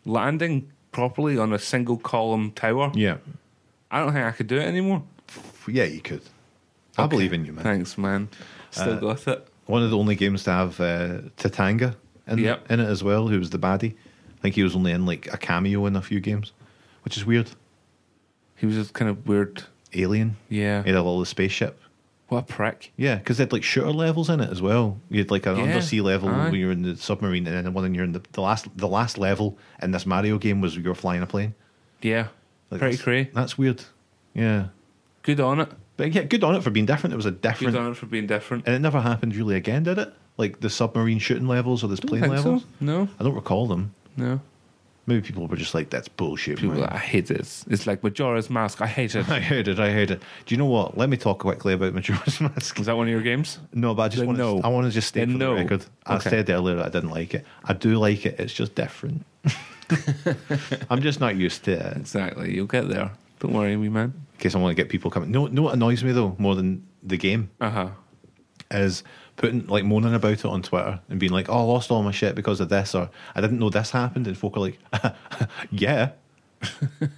[SPEAKER 2] landing properly on a single column tower,
[SPEAKER 1] Mm-hmm. Yeah,
[SPEAKER 2] I don't think I could do it anymore.
[SPEAKER 1] yeah, you could. I believe in you, man.
[SPEAKER 2] Thanks, man. Uh, Still got it.
[SPEAKER 1] one of the only games to have uh, Tatanga in,
[SPEAKER 2] Yep.
[SPEAKER 1] in it as well, who was the baddie. I think he was only in like a cameo in a few games, which is weird.
[SPEAKER 2] He was just kind of weird.
[SPEAKER 1] Alien.
[SPEAKER 2] Yeah.
[SPEAKER 1] He had a little spaceship.
[SPEAKER 2] What a prick.
[SPEAKER 1] Yeah, because they had like shooter levels in it as well. You had like an
[SPEAKER 2] Yeah,
[SPEAKER 1] undersea level
[SPEAKER 2] aye.
[SPEAKER 1] when you're in the submarine, and then one when you're in the, the last the last level in this Mario game was you're flying a plane.
[SPEAKER 2] Yeah.
[SPEAKER 1] Like,
[SPEAKER 2] Pretty
[SPEAKER 1] that's-
[SPEAKER 2] cray.
[SPEAKER 1] That's weird. Yeah,
[SPEAKER 2] Good on it.
[SPEAKER 1] but yeah, good on it for being different. It was a
[SPEAKER 2] Good
[SPEAKER 1] different,
[SPEAKER 2] on it for being different.
[SPEAKER 1] and it never happened really again, did it? Like the submarine shooting levels or this plane
[SPEAKER 2] Think so?
[SPEAKER 1] levels.
[SPEAKER 2] No,
[SPEAKER 1] I don't recall them.
[SPEAKER 2] no.
[SPEAKER 1] Maybe people were just like, "That's bullshit."
[SPEAKER 2] People,
[SPEAKER 1] man."
[SPEAKER 2] are like, I hate this. It's like Majora's Mask. I hate it.
[SPEAKER 1] I heard it. I heard it. Do you know what? Let me talk quickly about Majora's Mask.
[SPEAKER 2] Was that one of your games?
[SPEAKER 1] No, but I just
[SPEAKER 2] Then
[SPEAKER 1] want to.
[SPEAKER 2] no.
[SPEAKER 1] I want to just state
[SPEAKER 2] Then
[SPEAKER 1] for
[SPEAKER 2] no.
[SPEAKER 1] the record. I
[SPEAKER 2] Okay.
[SPEAKER 1] said earlier that I didn't like it. I do like it. It's just different. I'm just not used to it. In
[SPEAKER 2] Exactly. You'll get there. Don't worry, wee man.
[SPEAKER 1] case I want to get people coming. No, no. What annoys me though more than the game
[SPEAKER 2] Uh huh.
[SPEAKER 1] is putting like moaning about it on Twitter and being like, "Oh, I lost all my shit because of this," or "I didn't know this happened," and folk are like, "Yeah,"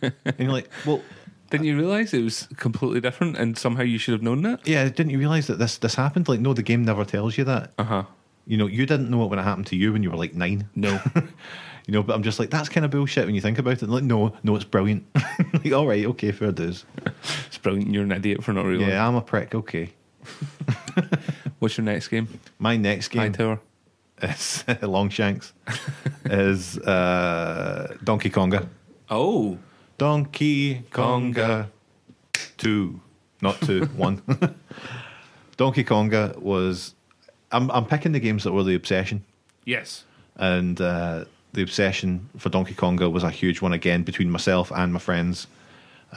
[SPEAKER 1] and you're like, "Well."
[SPEAKER 2] Didn't you realize it was completely different, and somehow you should have known that?
[SPEAKER 1] Yeah, didn't you realize that this this happened? Like, no, the game never tells you that.
[SPEAKER 2] Uh huh.
[SPEAKER 1] You know, you didn't know it when it happened to you when you were like nine.
[SPEAKER 2] No.
[SPEAKER 1] You know, but I'm just like, that's kind of bullshit when you think about it. Like, no, no, it's brilliant. like, all right, okay, fair dues.
[SPEAKER 2] it's brilliant. You're an idiot for not realizing.
[SPEAKER 1] Yeah, I'm a prick. Okay.
[SPEAKER 2] What's your next game?
[SPEAKER 1] My next
[SPEAKER 2] High
[SPEAKER 1] game
[SPEAKER 2] Tower.
[SPEAKER 1] is Longshanks is uh, Donkey Konga.
[SPEAKER 2] Oh.
[SPEAKER 1] Donkey Konga two, not two, one. Donkey Konga was. I'm I'm picking the games that were the obsession.
[SPEAKER 2] Yes.
[SPEAKER 1] and uh, the obsession for Donkey Konga was a huge one again between myself and my friends.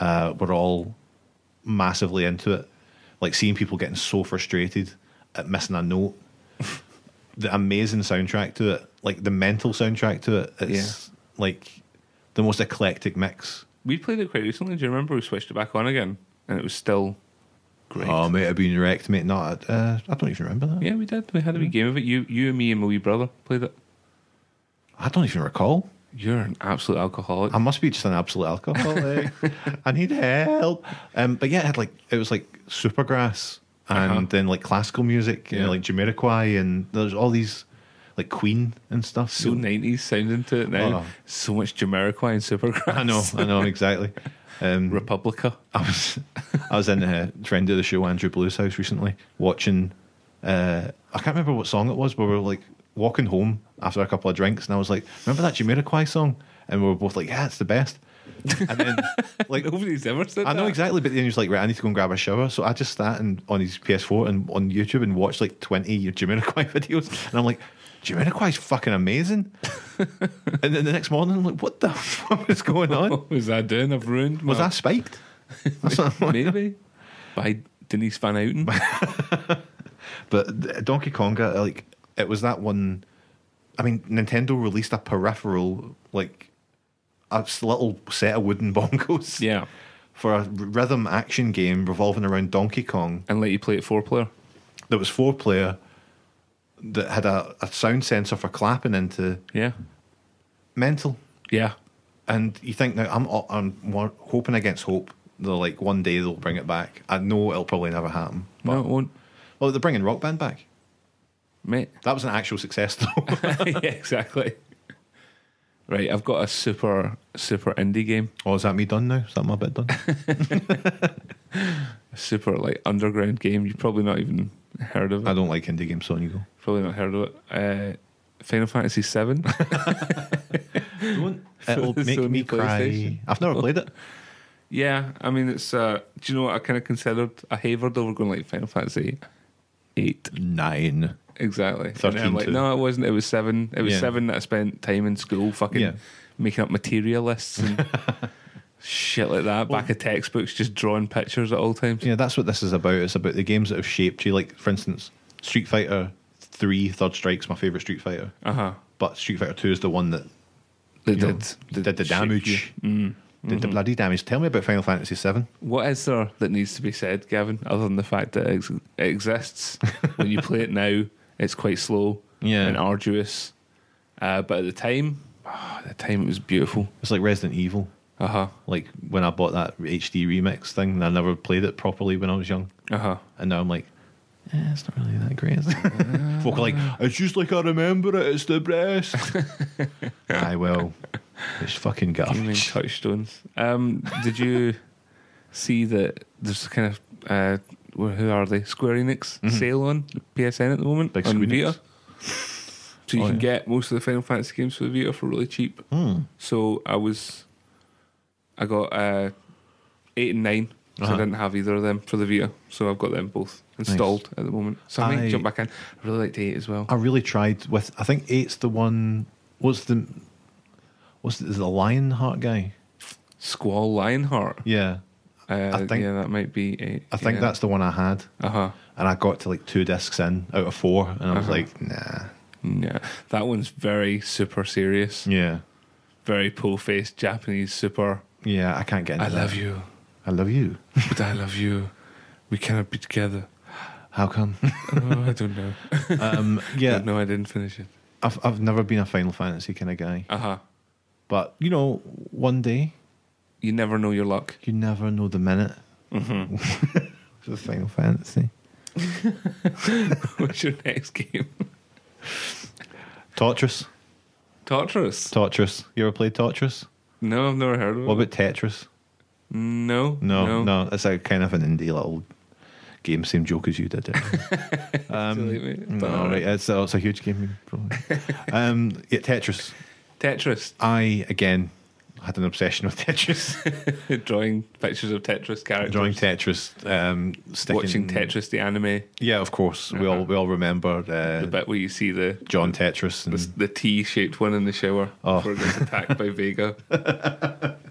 [SPEAKER 1] Uh, we're all massively into it, like seeing people getting so frustrated at missing a note. the amazing soundtrack to it, like the mental soundtrack to it, it's like the most eclectic mix.
[SPEAKER 2] We played it quite recently. Do you remember we switched it back on again, and it was still great.
[SPEAKER 1] Oh, mate, I've been wrecked, mate. No, uh, I don't even remember that.
[SPEAKER 2] Mm. yeah, we did. We had a wee game of it. You, you, and me, and my wee brother played it.
[SPEAKER 1] I don't even recall.
[SPEAKER 2] You're an absolute alcoholic.
[SPEAKER 1] I must be just an absolute alcoholic.
[SPEAKER 2] Oh,
[SPEAKER 1] I need help. Um, but yeah, it had like it was like Supergrass and
[SPEAKER 2] Uh-huh.
[SPEAKER 1] then like classical music, you know,
[SPEAKER 2] Yeah.
[SPEAKER 1] like Jamiroquai, and there's all these like Queen and stuff.
[SPEAKER 2] so nineties sounding to it now.
[SPEAKER 1] Oh.
[SPEAKER 2] So much Jamiroquai and Supergrass.
[SPEAKER 1] I know, I know exactly. Um,
[SPEAKER 2] Republica.
[SPEAKER 1] I was I was in a friend of the show Andrew Blue's house recently watching. Uh, I can't remember what song it was, but we were like walking home after a couple of drinks, and I was like, "Remember that Jamiroquai song?" And we were both like, "Yeah, it's the best." And then, like,
[SPEAKER 2] Nobody's ever said
[SPEAKER 1] I know
[SPEAKER 2] that.
[SPEAKER 1] exactly, but then he was like, right, I need to go and grab a shower. So I just sat and on his PS4 and on YouTube and watched like 20 Jamiroquai videos. And I'm like, Jamiroquai's fucking amazing. and then the next morning, I'm like, what the fuck is going on?
[SPEAKER 2] What was I doing? I've ruined.
[SPEAKER 1] Was
[SPEAKER 2] my-
[SPEAKER 1] that spiked? That's what I'm like.
[SPEAKER 2] maybe by Denise Van Outen?
[SPEAKER 1] But th- Donkey Konga, like, it was that one. I mean, Nintendo released a peripheral, like, a s- little set of wooden bongos
[SPEAKER 2] yeah,
[SPEAKER 1] for a r- rhythm action game revolving around Donkey Kong.
[SPEAKER 2] and let you play it four player.
[SPEAKER 1] there was four player that had a, a sound sensor for clapping into
[SPEAKER 2] Yeah,
[SPEAKER 1] mental
[SPEAKER 2] yeah.
[SPEAKER 1] and you think now i'm i'm wa- hoping against hope they're like one day they'll bring it back i know it'll probably never happen
[SPEAKER 2] No, it won't,
[SPEAKER 1] well they're bringing rock band back
[SPEAKER 2] mate.
[SPEAKER 1] that was an actual success though
[SPEAKER 2] yeah, exactly. Right, I've got a super super indie game,
[SPEAKER 1] oh is that me done now is that my bit done
[SPEAKER 2] a super like underground game. You've probably not even heard of
[SPEAKER 1] i
[SPEAKER 2] it.
[SPEAKER 1] don't like indie games so on you go
[SPEAKER 2] Probably not heard of it. Uh, Final Fantasy Seven.
[SPEAKER 1] don't it'll make me
[SPEAKER 2] Sony
[SPEAKER 1] cry
[SPEAKER 2] PlayStation.
[SPEAKER 1] i've never played it
[SPEAKER 2] yeah, I mean it's. Uh, do you know what I kind of considered? I havered over going like Final Fantasy Eight.
[SPEAKER 1] nine
[SPEAKER 2] Exactly. And
[SPEAKER 1] 13
[SPEAKER 2] I'm like,
[SPEAKER 1] too.
[SPEAKER 2] no, it wasn't. It was seven. It was
[SPEAKER 1] Yeah.
[SPEAKER 2] seven that I spent time in school fucking
[SPEAKER 1] Yeah.
[SPEAKER 2] making up material lists and shit like that. Back of textbooks, just drawing pictures at all times.
[SPEAKER 1] Yeah, that's what this is about. It's about the games that have shaped you. Like, for instance, Street Fighter 3, Third Strike's my favourite Street Fighter.
[SPEAKER 2] Uh huh.
[SPEAKER 1] But Street Fighter 2 is the one that
[SPEAKER 2] They
[SPEAKER 1] you know,
[SPEAKER 2] did.
[SPEAKER 1] did, the Mm,
[SPEAKER 2] shape
[SPEAKER 1] damage. Did the bloody damage. Tell me about Final Fantasy 7.
[SPEAKER 2] you. What is there that needs to be said, Gavin, other than the fact that it, ex- it exists? when you play it now, it's quite slow
[SPEAKER 1] Yeah.
[SPEAKER 2] and arduous. Uh, but at the time, oh, at the time it was beautiful.
[SPEAKER 1] It's like Resident Evil.
[SPEAKER 2] Uh huh.
[SPEAKER 1] Like, when I bought that HD remix thing, and I never played it properly when I was young.
[SPEAKER 2] Uh huh.
[SPEAKER 1] And now I'm like, eh, it's not really that great. is it?" Folk are like, it's just like I remember it. It's the best. I will. It's fucking
[SPEAKER 2] Gaming
[SPEAKER 1] garbage.
[SPEAKER 2] touchstones. Um, did you see that there's kind of uh, wh- who are they? Square Enix sale on PSN at the moment
[SPEAKER 1] Mm-hmm. Big
[SPEAKER 2] on
[SPEAKER 1] Squeenix.
[SPEAKER 2] Vita, so you
[SPEAKER 1] Oh,
[SPEAKER 2] can
[SPEAKER 1] yeah. Mm.
[SPEAKER 2] get most of the Final Fantasy games for the Vita for really cheap.
[SPEAKER 1] Hmm.
[SPEAKER 2] So I was, I got uh, eight and nine. So
[SPEAKER 1] Uh-huh.
[SPEAKER 2] I didn't have either of them for the Vita, so I've got them both installed at the moment. So I,
[SPEAKER 1] I-
[SPEAKER 2] might jump back in. I really liked eight as well.
[SPEAKER 1] I really tried with. I think eight's the one. What's the what's the, is it the Lionheart guy?
[SPEAKER 2] Squall Lionheart.
[SPEAKER 1] Yeah,
[SPEAKER 2] Uh,
[SPEAKER 1] think-
[SPEAKER 2] yeah, that might be eight.
[SPEAKER 1] I think that's the one I had,
[SPEAKER 2] uh huh.
[SPEAKER 1] and I got to like two discs in out of four, and I was
[SPEAKER 2] Uh-huh.
[SPEAKER 1] like, nah,
[SPEAKER 2] Yeah, that one's very super serious,
[SPEAKER 1] yeah,
[SPEAKER 2] very pole faced Japanese super.
[SPEAKER 1] yeah, I can't get. Into
[SPEAKER 2] I
[SPEAKER 1] that.
[SPEAKER 2] love you,
[SPEAKER 1] I love you.
[SPEAKER 2] but I love you. We cannot be together.
[SPEAKER 1] How come?
[SPEAKER 2] Oh, I don't know.
[SPEAKER 1] um, yeah,
[SPEAKER 2] No, I didn't finish it.
[SPEAKER 1] I've I've never been a Final Fantasy kind of guy,
[SPEAKER 2] Uh huh.
[SPEAKER 1] but you know, one day
[SPEAKER 2] You never know your luck.
[SPEAKER 1] you never know the minute. Mm-hmm. the Final Fantasy.
[SPEAKER 2] What's your next game?
[SPEAKER 1] Torturous,
[SPEAKER 2] Tartarus.
[SPEAKER 1] Torturous. You ever played Torturous?
[SPEAKER 2] No, I've never heard of it.
[SPEAKER 1] What about Tetris?
[SPEAKER 2] no,
[SPEAKER 1] No,
[SPEAKER 2] no.
[SPEAKER 1] no, it's a kind of an indie little game. Same joke as you did. it. um,
[SPEAKER 2] uh,
[SPEAKER 1] no, right. It's a, it's a huge game. Probably. um, yeah, Tetris.
[SPEAKER 2] Tetris.
[SPEAKER 1] I again had an obsession with Tetris.
[SPEAKER 2] Drawing pictures of Tetris characters.
[SPEAKER 1] Drawing Tetris. Um, sticking,
[SPEAKER 2] Watching Tetris the anime.
[SPEAKER 1] Yeah, of course. We all
[SPEAKER 2] Uh-huh.
[SPEAKER 1] we all remember
[SPEAKER 2] The
[SPEAKER 1] uh,
[SPEAKER 2] bit where you see the
[SPEAKER 1] John Tetris and
[SPEAKER 2] the, the T shaped one in the shower
[SPEAKER 1] Mm. Oh.
[SPEAKER 2] before it gets attacked by Vega.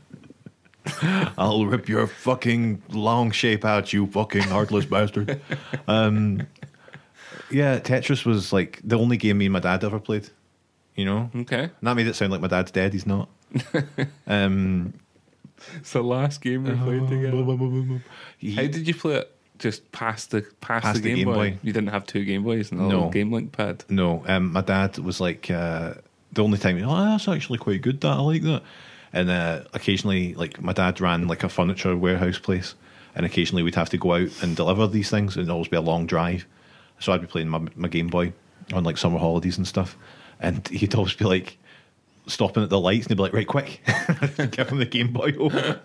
[SPEAKER 1] I'll rip your fucking long shape out, you fucking heartless bastard. Um, yeah, Tetris was like the only game me and my dad ever played. You know,
[SPEAKER 2] Okay.
[SPEAKER 1] And that made it sound like my dad's dead. He's not. um,
[SPEAKER 2] It's the last game we
[SPEAKER 1] Oh,
[SPEAKER 2] played together.
[SPEAKER 1] he-
[SPEAKER 2] How did you play it? Just past the past, the, game, Boy? You didn't have two Game Boys and a
[SPEAKER 1] No.
[SPEAKER 2] little Game Link pad.
[SPEAKER 1] no, um, my dad was like, uh, the only time you're like, "Ah, that's actually quite good. That I like that. And uh, occasionally, like my dad ran like a furniture warehouse place, and occasionally we'd have to go out and deliver these things, and it'd always be a long drive. So I'd be playing my my Game Boy on like summer holidays and stuff, and he'd always be like stopping at the lights, and he'd be like, "Right, quick, give him the Game Boy over,"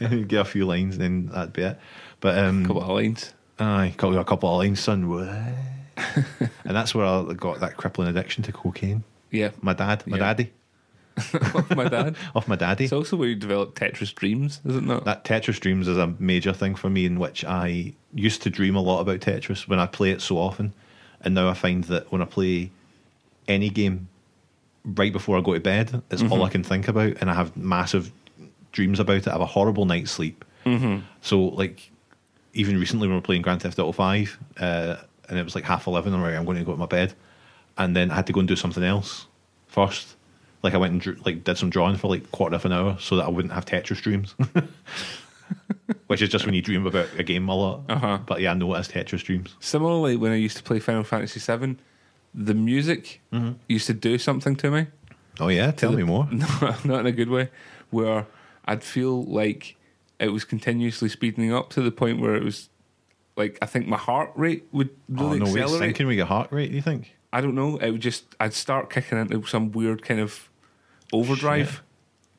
[SPEAKER 1] and he'd get a few lines, and then that'd be it. But um,
[SPEAKER 2] couple of lines.
[SPEAKER 1] Aye, got a couple of lines, son. What? and that's where I got that crippling addiction to cocaine.
[SPEAKER 2] Yeah,
[SPEAKER 1] My dad, my
[SPEAKER 2] Yeah.
[SPEAKER 1] daddy,
[SPEAKER 2] my dad.
[SPEAKER 1] off my daddy.
[SPEAKER 2] It's also where you develop Tetris dreams, is it not?
[SPEAKER 1] that Tetris dreams is a major thing for me, in which I used to dream a lot about Tetris when I play it so often, and now I find that when I play any game, right before I go to bed, it's all I can think about, and I have massive dreams about it. I have a horrible night's sleep. Mm-hmm. So, like, even recently when we were playing Grand Theft Auto Five, uh, and it was like half eleven, I'm like, I'm going to go to my bed, and then I had to go and do something else first. Like I went and drew, like did some drawing for like quarter of an hour so that I wouldn't have Tetris dreams, which is just when you dream about a game a lot.
[SPEAKER 2] Uh-huh.
[SPEAKER 1] But yeah, I know it as Tetris dreams.
[SPEAKER 2] Similarly, when I used to play Final Fantasy VII, the music
[SPEAKER 1] Mm-hmm.
[SPEAKER 2] used to do something to me.
[SPEAKER 1] Oh yeah, tell me more.
[SPEAKER 2] No, not in a good way. Where I'd feel like it was continuously speeding up to the point where it was like I think my heart rate would
[SPEAKER 1] Oh
[SPEAKER 2] really
[SPEAKER 1] no, wait, it's
[SPEAKER 2] accelerate.
[SPEAKER 1] thinking with your heart rate. Do you think?
[SPEAKER 2] I don't know. It would just I'd start kicking into some weird kind of overdrive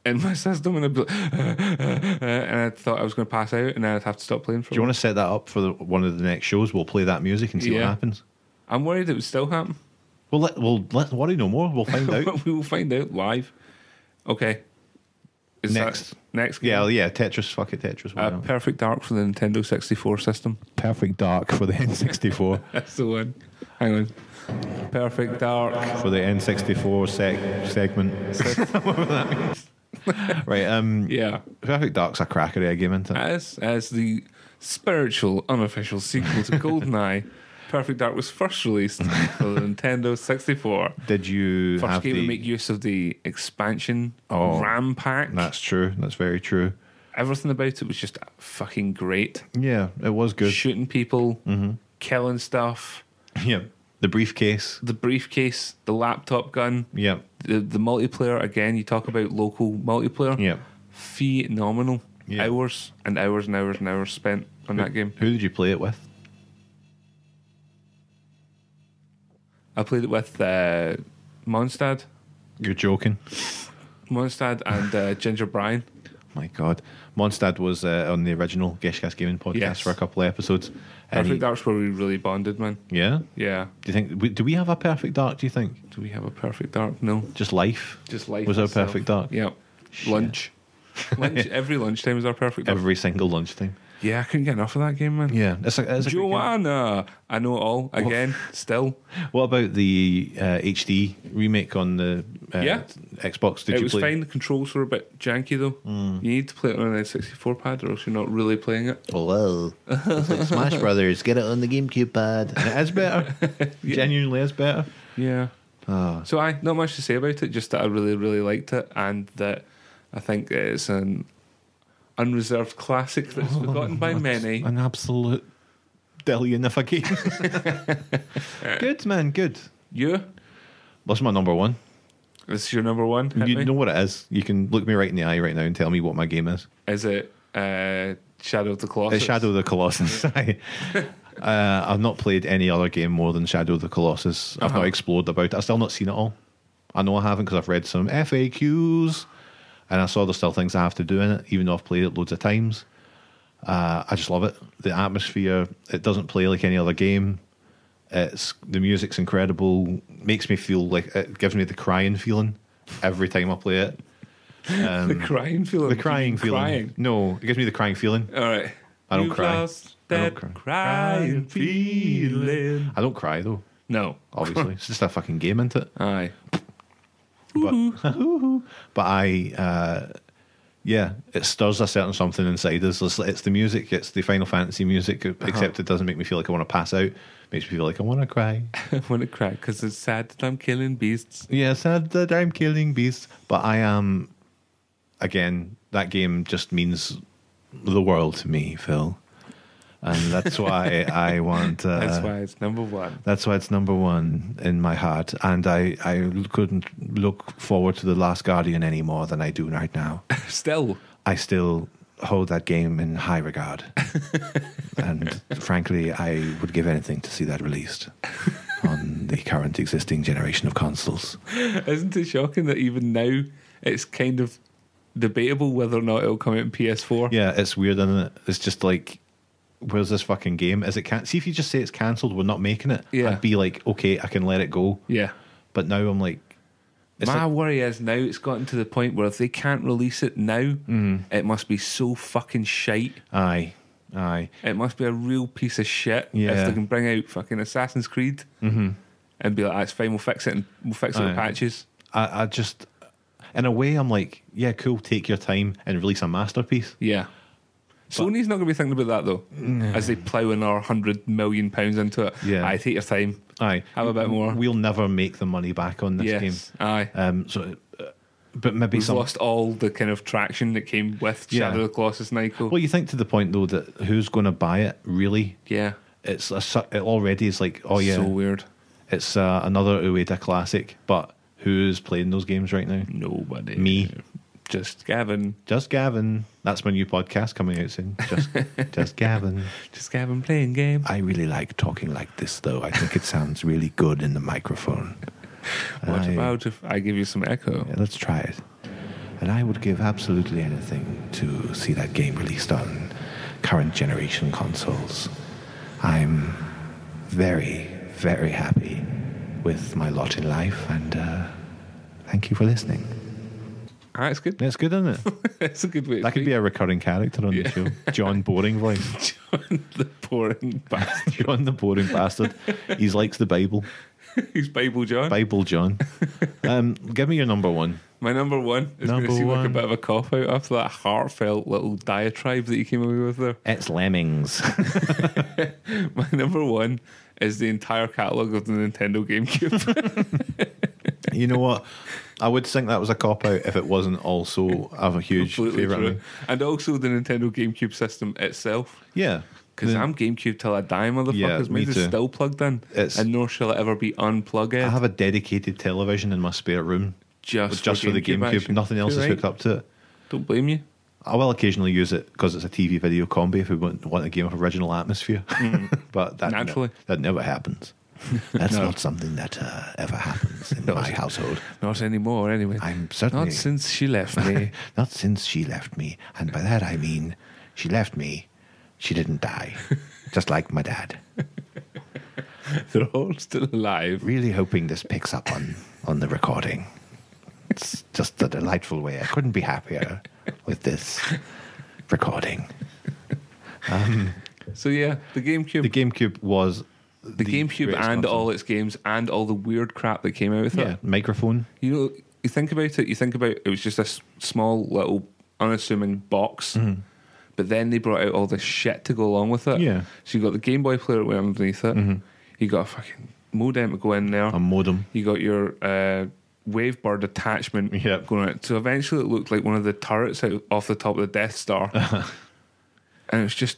[SPEAKER 2] in my system, and I'd be like, and I thought I was going to pass out, and then I'd have to stop playing for.
[SPEAKER 1] Do you
[SPEAKER 2] a while.
[SPEAKER 1] want to set that up for the, one of the next shows? We'll play that music and see what
[SPEAKER 2] Yeah.
[SPEAKER 1] happens.
[SPEAKER 2] I'm worried it would still happen.
[SPEAKER 1] Well, let, we'll let's worry no more. We'll find out.
[SPEAKER 2] we will find out live. Okay. Is that-
[SPEAKER 1] Next.
[SPEAKER 2] next. game?
[SPEAKER 1] yeah, yeah. Tetris, fuck it, Tetris. why
[SPEAKER 2] Uh,
[SPEAKER 1] not?
[SPEAKER 2] Perfect Dark for the Nintendo 64 system.
[SPEAKER 1] Perfect Dark for the N64.
[SPEAKER 2] That's the one. Hang on. Perfect Dark.
[SPEAKER 1] for the N64 seg- segment. Whatever that means. right, um,
[SPEAKER 2] Yeah.
[SPEAKER 1] Perfect Dark's a cracker of a game, isn't it?
[SPEAKER 2] As as the spiritual unofficial sequel to GoldenEye, Perfect Dark was first released for the Nintendo 64.
[SPEAKER 1] Did you
[SPEAKER 2] First
[SPEAKER 1] have
[SPEAKER 2] game
[SPEAKER 1] the?
[SPEAKER 2] to make use of the expansion
[SPEAKER 1] Oh.
[SPEAKER 2] RAM pack.
[SPEAKER 1] That's true. That's very true.
[SPEAKER 2] Everything about it was just fucking great.
[SPEAKER 1] Yeah, it was good.
[SPEAKER 2] Shooting people,
[SPEAKER 1] Mm-hmm.
[SPEAKER 2] killing stuff.
[SPEAKER 1] yeah, the briefcase.
[SPEAKER 2] the briefcase, the laptop gun,
[SPEAKER 1] Yeah,
[SPEAKER 2] the, the multiplayer. Again, you talk about local multiplayer.
[SPEAKER 1] yeah.
[SPEAKER 2] Phenomenal.
[SPEAKER 1] Yeah.
[SPEAKER 2] Hours and hours and hours and hours spent on that game.
[SPEAKER 1] Who did you play it with?
[SPEAKER 2] I played it with uh, Mondstadt,
[SPEAKER 1] You're joking.
[SPEAKER 2] Mondstadt and uh, Ginger Bryan.
[SPEAKER 1] My God, Mondstad was uh, on the original Geshkas Gaming podcast
[SPEAKER 2] Yes.
[SPEAKER 1] for a couple of episodes. And
[SPEAKER 2] Perfect
[SPEAKER 1] he-
[SPEAKER 2] Dark's where we really bonded, man.
[SPEAKER 1] yeah.
[SPEAKER 2] Yeah.
[SPEAKER 1] Do you think? we- Do we have a Perfect Dark? Do you think?
[SPEAKER 2] Do we have a Perfect Dark? No.
[SPEAKER 1] Just life.
[SPEAKER 2] Just life.
[SPEAKER 1] Was our
[SPEAKER 2] itself.
[SPEAKER 1] Perfect Dark?
[SPEAKER 2] Yep. Lunch. Lunch. Every lunchtime is our Perfect Dark.
[SPEAKER 1] Every single lunchtime.
[SPEAKER 2] yeah, I couldn't get enough of that game, man.
[SPEAKER 1] Yeah, it's a, it's a good game.
[SPEAKER 2] Joanna. I know it all. Again, still.
[SPEAKER 1] What about the uh, HD remake on the uh,
[SPEAKER 2] Yeah.
[SPEAKER 1] Xbox? Did
[SPEAKER 2] it
[SPEAKER 1] you
[SPEAKER 2] was
[SPEAKER 1] play? Mm.
[SPEAKER 2] fine. The controls were a bit janky though. You need to play it on an N64 pad, or else you're not really playing it.
[SPEAKER 1] Hello, Oh, it's like Smash Brothers. Get it on the GameCube pad. And it is better. Genuinely, is better.
[SPEAKER 2] Yeah.
[SPEAKER 1] Ah.
[SPEAKER 2] So I not much to say about it. Just that I really, really liked it, and that I think it's an unreserved classic that's forgotten by many.
[SPEAKER 1] Oh, An absolute dillion if I can. good man, good.
[SPEAKER 2] You,
[SPEAKER 1] That's my number one.
[SPEAKER 2] this is your number one. Hit
[SPEAKER 1] You
[SPEAKER 2] me.
[SPEAKER 1] know what it is. You can look me right in the eye right now and tell me what my game is.
[SPEAKER 2] Is it uh, Shadow of the Colossus?
[SPEAKER 1] It's Shadow of the Colossus. aye. uh, I've not played any other game more than Shadow of the Colossus. I've
[SPEAKER 2] Uh-huh.
[SPEAKER 1] not explored about it. I've still not seen it all. I know I haven't because I've read some FAQs and I saw there's still things I have to do in it, even though I've played it loads of times. Uh, I just love it. The atmosphere, it doesn't play like any other game. It's the music's incredible. Makes me feel like it gives me the crying feeling every time I play it.
[SPEAKER 2] the crying feeling.
[SPEAKER 1] The crying feeling.
[SPEAKER 2] Oh, Crying.
[SPEAKER 1] No, it gives me the crying feeling.
[SPEAKER 2] All right.
[SPEAKER 1] I don't
[SPEAKER 2] You've
[SPEAKER 1] cry.
[SPEAKER 2] Lost
[SPEAKER 1] I
[SPEAKER 2] that
[SPEAKER 1] don't cry.
[SPEAKER 2] crying feeling.
[SPEAKER 1] I don't cry though.
[SPEAKER 2] No.
[SPEAKER 1] obviously. it's just a fucking game, isn't it?
[SPEAKER 2] Aye.
[SPEAKER 1] But, but I, uh, yeah, it stirs a certain something inside us. It's, it's the music, it's the Final Fantasy music,
[SPEAKER 2] Uh-huh.
[SPEAKER 1] except it doesn't make me feel like I want to pass out. makes me feel like I want to cry.
[SPEAKER 2] I want to cry because it's sad that I'm killing beasts.
[SPEAKER 1] yeah, sad that I'm killing beasts, but I am, again, that game just means the world to me, Phil. and that's why I want. Uh,
[SPEAKER 2] That's why it's number one.
[SPEAKER 1] That's why it's number one in my heart, and I, I couldn't look forward to the Last Guardian any more than I do right now.
[SPEAKER 2] Still,
[SPEAKER 1] I still hold that game in high regard, and frankly, I would give anything to see that released on the current existing generation of consoles.
[SPEAKER 2] isn't it shocking that even now it's kind of debatable whether or not it'll come out in PS4?
[SPEAKER 1] Yeah, it's weird, and it? it's just like, where's this fucking game? Is it can? See if you just say it's cancelled, we're not making it.
[SPEAKER 2] Yeah.
[SPEAKER 1] I'd be like, okay, I can let it go.
[SPEAKER 2] Yeah.
[SPEAKER 1] But now I'm like, it's
[SPEAKER 2] My
[SPEAKER 1] like-
[SPEAKER 2] worry is now it's gotten to the point where if they can't release it now,
[SPEAKER 1] Mm-hmm.
[SPEAKER 2] it must be so fucking shite.
[SPEAKER 1] aye, aye.
[SPEAKER 2] It must be a real piece of shit if
[SPEAKER 1] Yeah. Mm-hmm.
[SPEAKER 2] they can bring out fucking Assassin's Creed and be like, "That's fine, we'll fix it and we'll fix it with
[SPEAKER 1] Aye.
[SPEAKER 2] patches."
[SPEAKER 1] I, I just, in a way, I'm like, yeah, cool, take your time and release a masterpiece.
[SPEAKER 2] Yeah. Sony's not going to be thinking about that though, as they plough another hundred million pounds into it.
[SPEAKER 1] Yeah.
[SPEAKER 2] I take your time.
[SPEAKER 1] Aye.
[SPEAKER 2] Have a bit more.
[SPEAKER 1] We'll never make the money back on this
[SPEAKER 2] yes, aye.
[SPEAKER 1] game. Um, so, uh, but maybe
[SPEAKER 2] We've
[SPEAKER 1] some.
[SPEAKER 2] lost all the kind of traction that came with
[SPEAKER 1] Mm-hmm. Yeah.
[SPEAKER 2] Shadow of the Colossus Nyko.
[SPEAKER 1] Well, you think to the point though that who's going to buy it really?
[SPEAKER 2] yeah.
[SPEAKER 1] It's a, su- it already is like, oh yeah,
[SPEAKER 2] So weird.
[SPEAKER 1] it's uh, another Ueda classic. But who's playing those games right now?
[SPEAKER 2] Nobody.
[SPEAKER 1] Me.
[SPEAKER 2] Just Gavin.
[SPEAKER 1] Just Gavin. That's my new podcast coming out soon. Just, just Gavin.
[SPEAKER 2] Just Gavin playing game.
[SPEAKER 1] I really like talking like this, though. I think it sounds really good in the microphone.
[SPEAKER 2] What
[SPEAKER 1] I-
[SPEAKER 2] about if I give you some echo?
[SPEAKER 1] Yeah, let's try it. And I would give absolutely anything to see that game released on current generation consoles. I'm very, very happy with my lot in life, and uh, thank you for listening.
[SPEAKER 2] Ah, it's good.
[SPEAKER 1] That's good, isn't it?
[SPEAKER 2] It's a good way.
[SPEAKER 1] That could be a recurring character on the show. John Boring voice.
[SPEAKER 2] John the boring bastard.
[SPEAKER 1] John the Boring Bastard. He likes the Bible.
[SPEAKER 2] He's Bible John.
[SPEAKER 1] Bible John. Um, give me your number one.
[SPEAKER 2] My number one is going
[SPEAKER 1] Number
[SPEAKER 2] to seem like a
[SPEAKER 1] one.
[SPEAKER 2] bit of a cop out after that heartfelt little diatribe that you came away with there.
[SPEAKER 1] It's Lemmings.
[SPEAKER 2] My number one is the entire catalogue of the Nintendo GameCube.
[SPEAKER 1] You know what? I would think that was a cop out if it wasn't also of a huge
[SPEAKER 2] Completely
[SPEAKER 1] favorite.
[SPEAKER 2] true. And also the Nintendo GameCube system itself.
[SPEAKER 1] Yeah,
[SPEAKER 2] Because
[SPEAKER 1] The-
[SPEAKER 2] I'm GameCube till I die, motherfuckers.
[SPEAKER 1] Yeah, me
[SPEAKER 2] Mine's is
[SPEAKER 1] too.
[SPEAKER 2] still plugged in,
[SPEAKER 1] It's-
[SPEAKER 2] and nor shall it ever be unplugged.
[SPEAKER 1] I have a dedicated television in my spare room
[SPEAKER 2] just
[SPEAKER 1] just for, the GameCube.
[SPEAKER 2] action.
[SPEAKER 1] Nothing else
[SPEAKER 2] You're
[SPEAKER 1] is
[SPEAKER 2] right.
[SPEAKER 1] hooked up to it.
[SPEAKER 2] Don't blame you.
[SPEAKER 1] I will occasionally use it because it's a TV video combi if we want, want a game of original atmosphere. but that
[SPEAKER 2] Mm. Naturally.
[SPEAKER 1] that never happens. That's
[SPEAKER 2] No.
[SPEAKER 1] not something that uh, ever happens in my household.
[SPEAKER 2] Not anymore, anyway.
[SPEAKER 1] I'm
[SPEAKER 2] Not
[SPEAKER 1] certainly
[SPEAKER 2] since she left me.
[SPEAKER 1] Not since she left me. And by that I mean she left me. She didn't die. Just like my dad.
[SPEAKER 2] They're all still alive.
[SPEAKER 1] Really hoping this picks up on, on the recording. It's just a delightful way. I couldn't be happier with this recording.
[SPEAKER 2] So yeah, the GameCube,
[SPEAKER 1] The
[SPEAKER 2] the,
[SPEAKER 1] GameCube was
[SPEAKER 2] GameCube,
[SPEAKER 1] greatest
[SPEAKER 2] and
[SPEAKER 1] console.
[SPEAKER 2] all its games, and all the weird crap that came out with
[SPEAKER 1] yeah
[SPEAKER 2] it.
[SPEAKER 1] microphone.
[SPEAKER 2] You know, you think about it. You think about it was just a s- small little unassuming box. But then they brought out all this shit to go along with it.
[SPEAKER 1] Mm-hmm. Yeah. Mm-hmm.
[SPEAKER 2] So you got the Game Boy player that went underneath it. You got a fucking modem to go in there.
[SPEAKER 1] A modem.
[SPEAKER 2] you got your uh, wavebird attachment
[SPEAKER 1] Yep.
[SPEAKER 2] going out. So eventually it looked like one of the turrets out off the top of the Death Star. and it was just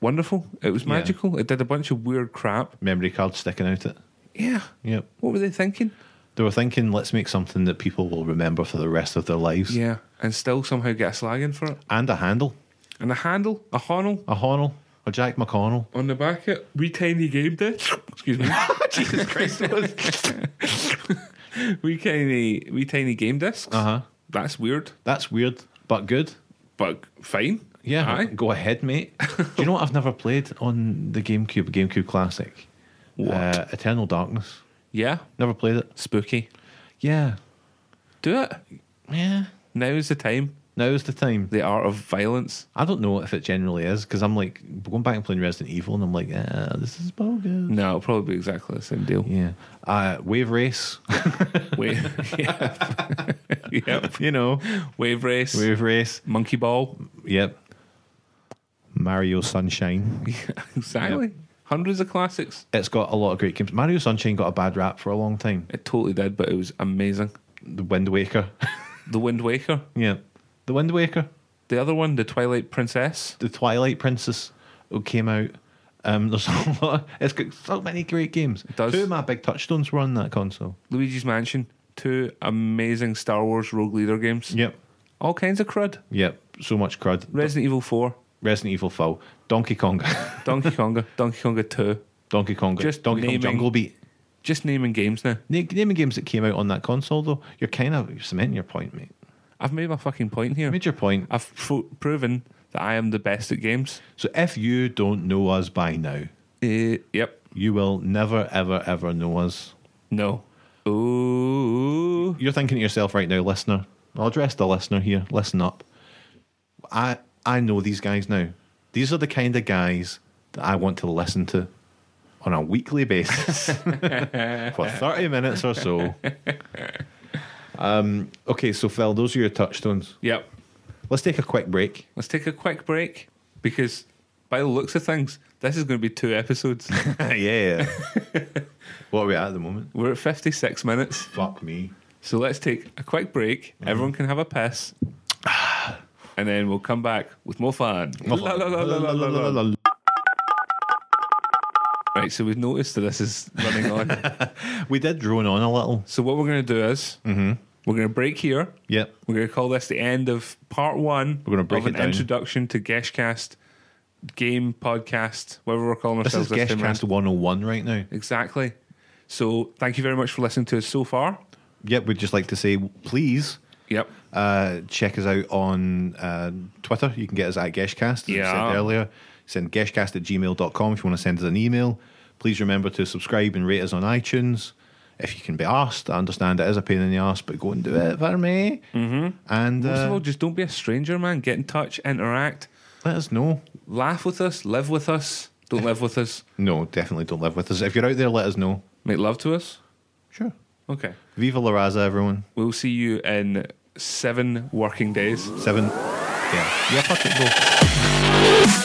[SPEAKER 2] wonderful. It was
[SPEAKER 1] Yeah.
[SPEAKER 2] magical. It did a bunch of weird crap.
[SPEAKER 1] Memory card sticking out it.
[SPEAKER 2] Yeah.
[SPEAKER 1] Yep.
[SPEAKER 2] What were they thinking?
[SPEAKER 1] They were thinking, let's make something that people will remember for the rest of their lives.
[SPEAKER 2] Yeah. And still somehow get a slag in for it.
[SPEAKER 1] And a handle.
[SPEAKER 2] And a handle, a honel
[SPEAKER 1] A Honnell. A Jack McConnell.
[SPEAKER 2] on the back of it. Wee tiny game disc. Excuse me.
[SPEAKER 1] Jesus Christ.
[SPEAKER 2] wee tiny wee tiny game discs.
[SPEAKER 1] Uh-huh.
[SPEAKER 2] That's weird.
[SPEAKER 1] That's weird, but good.
[SPEAKER 2] But fine.
[SPEAKER 1] Yeah,
[SPEAKER 2] Aye.
[SPEAKER 1] go ahead, mate. Do you know what I've never played on the GameCube, GameCube Classic?
[SPEAKER 2] What?
[SPEAKER 1] Uh, Eternal Darkness.
[SPEAKER 2] Yeah.
[SPEAKER 1] Never played it.
[SPEAKER 2] Spooky.
[SPEAKER 1] Yeah.
[SPEAKER 2] Do it.
[SPEAKER 1] Yeah.
[SPEAKER 2] Now is the time.
[SPEAKER 1] Now is the time.
[SPEAKER 2] the art of violence.
[SPEAKER 1] I don't know if it generally is because I'm like going back and playing Resident Evil and I'm like, eh, this is bogus.
[SPEAKER 2] No, it'll probably be exactly the same deal.
[SPEAKER 1] Yeah. Uh, Wave Race.
[SPEAKER 2] Wave, yep. yep.
[SPEAKER 1] you know,
[SPEAKER 2] Wave race,
[SPEAKER 1] Wave Race.
[SPEAKER 2] monkey ball.
[SPEAKER 1] Yep. Mario Sunshine.
[SPEAKER 2] exactly. Hundreds of classics.
[SPEAKER 1] It's got a lot of great games. Mario Sunshine got a bad rap for a long time.
[SPEAKER 2] It totally did, but it was amazing.
[SPEAKER 1] The Wind Waker.
[SPEAKER 2] The Wind Waker.
[SPEAKER 1] yeah. The Wind Waker.
[SPEAKER 2] The other one, the Twilight Princess.
[SPEAKER 1] The Twilight Princess. came out. Um, there's a lot. It's got so many great games.
[SPEAKER 2] does.
[SPEAKER 1] Two of my big touchstones were on that console.
[SPEAKER 2] Luigi's Mansion, two amazing Star Wars Rogue Leader games.
[SPEAKER 1] Yep,
[SPEAKER 2] All kinds of crud.
[SPEAKER 1] yep. So much crud.
[SPEAKER 2] Resident Evil 4,
[SPEAKER 1] Resident Evil Foul, Donkey Kong,
[SPEAKER 2] Donkey Konga, Donkey Konga 2.
[SPEAKER 1] Donkey Kong,
[SPEAKER 2] Just
[SPEAKER 1] Donkey
[SPEAKER 2] naming-
[SPEAKER 1] Kong Jungle Beat.
[SPEAKER 2] Just naming games now.
[SPEAKER 1] Na- Naming games that came out on that console, though, you're kind of cementing your point, mate.
[SPEAKER 2] I've made my fucking point
[SPEAKER 1] You
[SPEAKER 2] here.
[SPEAKER 1] made your point.
[SPEAKER 2] I've pro- proven that I am the best at games.
[SPEAKER 1] So if you don't know us by now,
[SPEAKER 2] Uh, yep.
[SPEAKER 1] you will never, ever, ever know us.
[SPEAKER 2] No. Ooh.
[SPEAKER 1] You're thinking to yourself right now, listener. I'll address the listener here. Listen up. I I know these guys now. These are the kind of guys that I want to listen to on a weekly basis for 30 minutes or so. Um, okay, so Phil, those are your touchstones.
[SPEAKER 2] Yep.
[SPEAKER 1] Let's take a quick break.
[SPEAKER 2] Let's take a quick break because, by the looks of things, this is going to be two episodes.
[SPEAKER 1] yeah. what are we at at the moment?
[SPEAKER 2] We're at 56 minutes.
[SPEAKER 1] Fuck me.
[SPEAKER 2] So let's take a quick break.
[SPEAKER 1] Mm-hmm.
[SPEAKER 2] Everyone can have a piss. And then we'll come back with more fun. La, la, la, la, la, la, la, la. Right, so we've noticed that this is running on.
[SPEAKER 1] We did drone on a little.
[SPEAKER 2] so what we're going to do is
[SPEAKER 1] Mm-hmm.
[SPEAKER 2] we're going to break here.
[SPEAKER 1] Yep.
[SPEAKER 2] We're going to call this the end of part one.
[SPEAKER 1] We're gonna break
[SPEAKER 2] of an
[SPEAKER 1] it down.
[SPEAKER 2] introduction to Geshcast game podcast, whatever we're calling
[SPEAKER 1] This
[SPEAKER 2] ourselves
[SPEAKER 1] is
[SPEAKER 2] time round.
[SPEAKER 1] Geshcast 101 right now.
[SPEAKER 2] Exactly. So thank you very much for listening to us so far.
[SPEAKER 1] Yep, we'd just like to say, please
[SPEAKER 2] Yep.
[SPEAKER 1] uh, check us out on uh, Twitter. You can get us at Geshcast, as we
[SPEAKER 2] Yeah.
[SPEAKER 1] said earlier. Send geshcast at gmail.com if you want to send us an email. Please remember to subscribe and rate us on iTunes. If you can be arsed, I understand it is a pain in the arse, but go and do it for me. Mm-hmm. And
[SPEAKER 2] First of all,
[SPEAKER 1] uh,
[SPEAKER 2] just don't be a stranger, man. Get in touch, interact,
[SPEAKER 1] let us know.
[SPEAKER 2] laugh with us, live with us. Don't live with us.
[SPEAKER 1] No, definitely don't live with us. If you're out there, let us know.
[SPEAKER 2] Make love to us.
[SPEAKER 1] Sure.
[SPEAKER 2] Okay.
[SPEAKER 1] Viva la raza, everyone.
[SPEAKER 2] We'll see you in seven working days.
[SPEAKER 1] Seven. Yeah. Yeah, fuck it, go.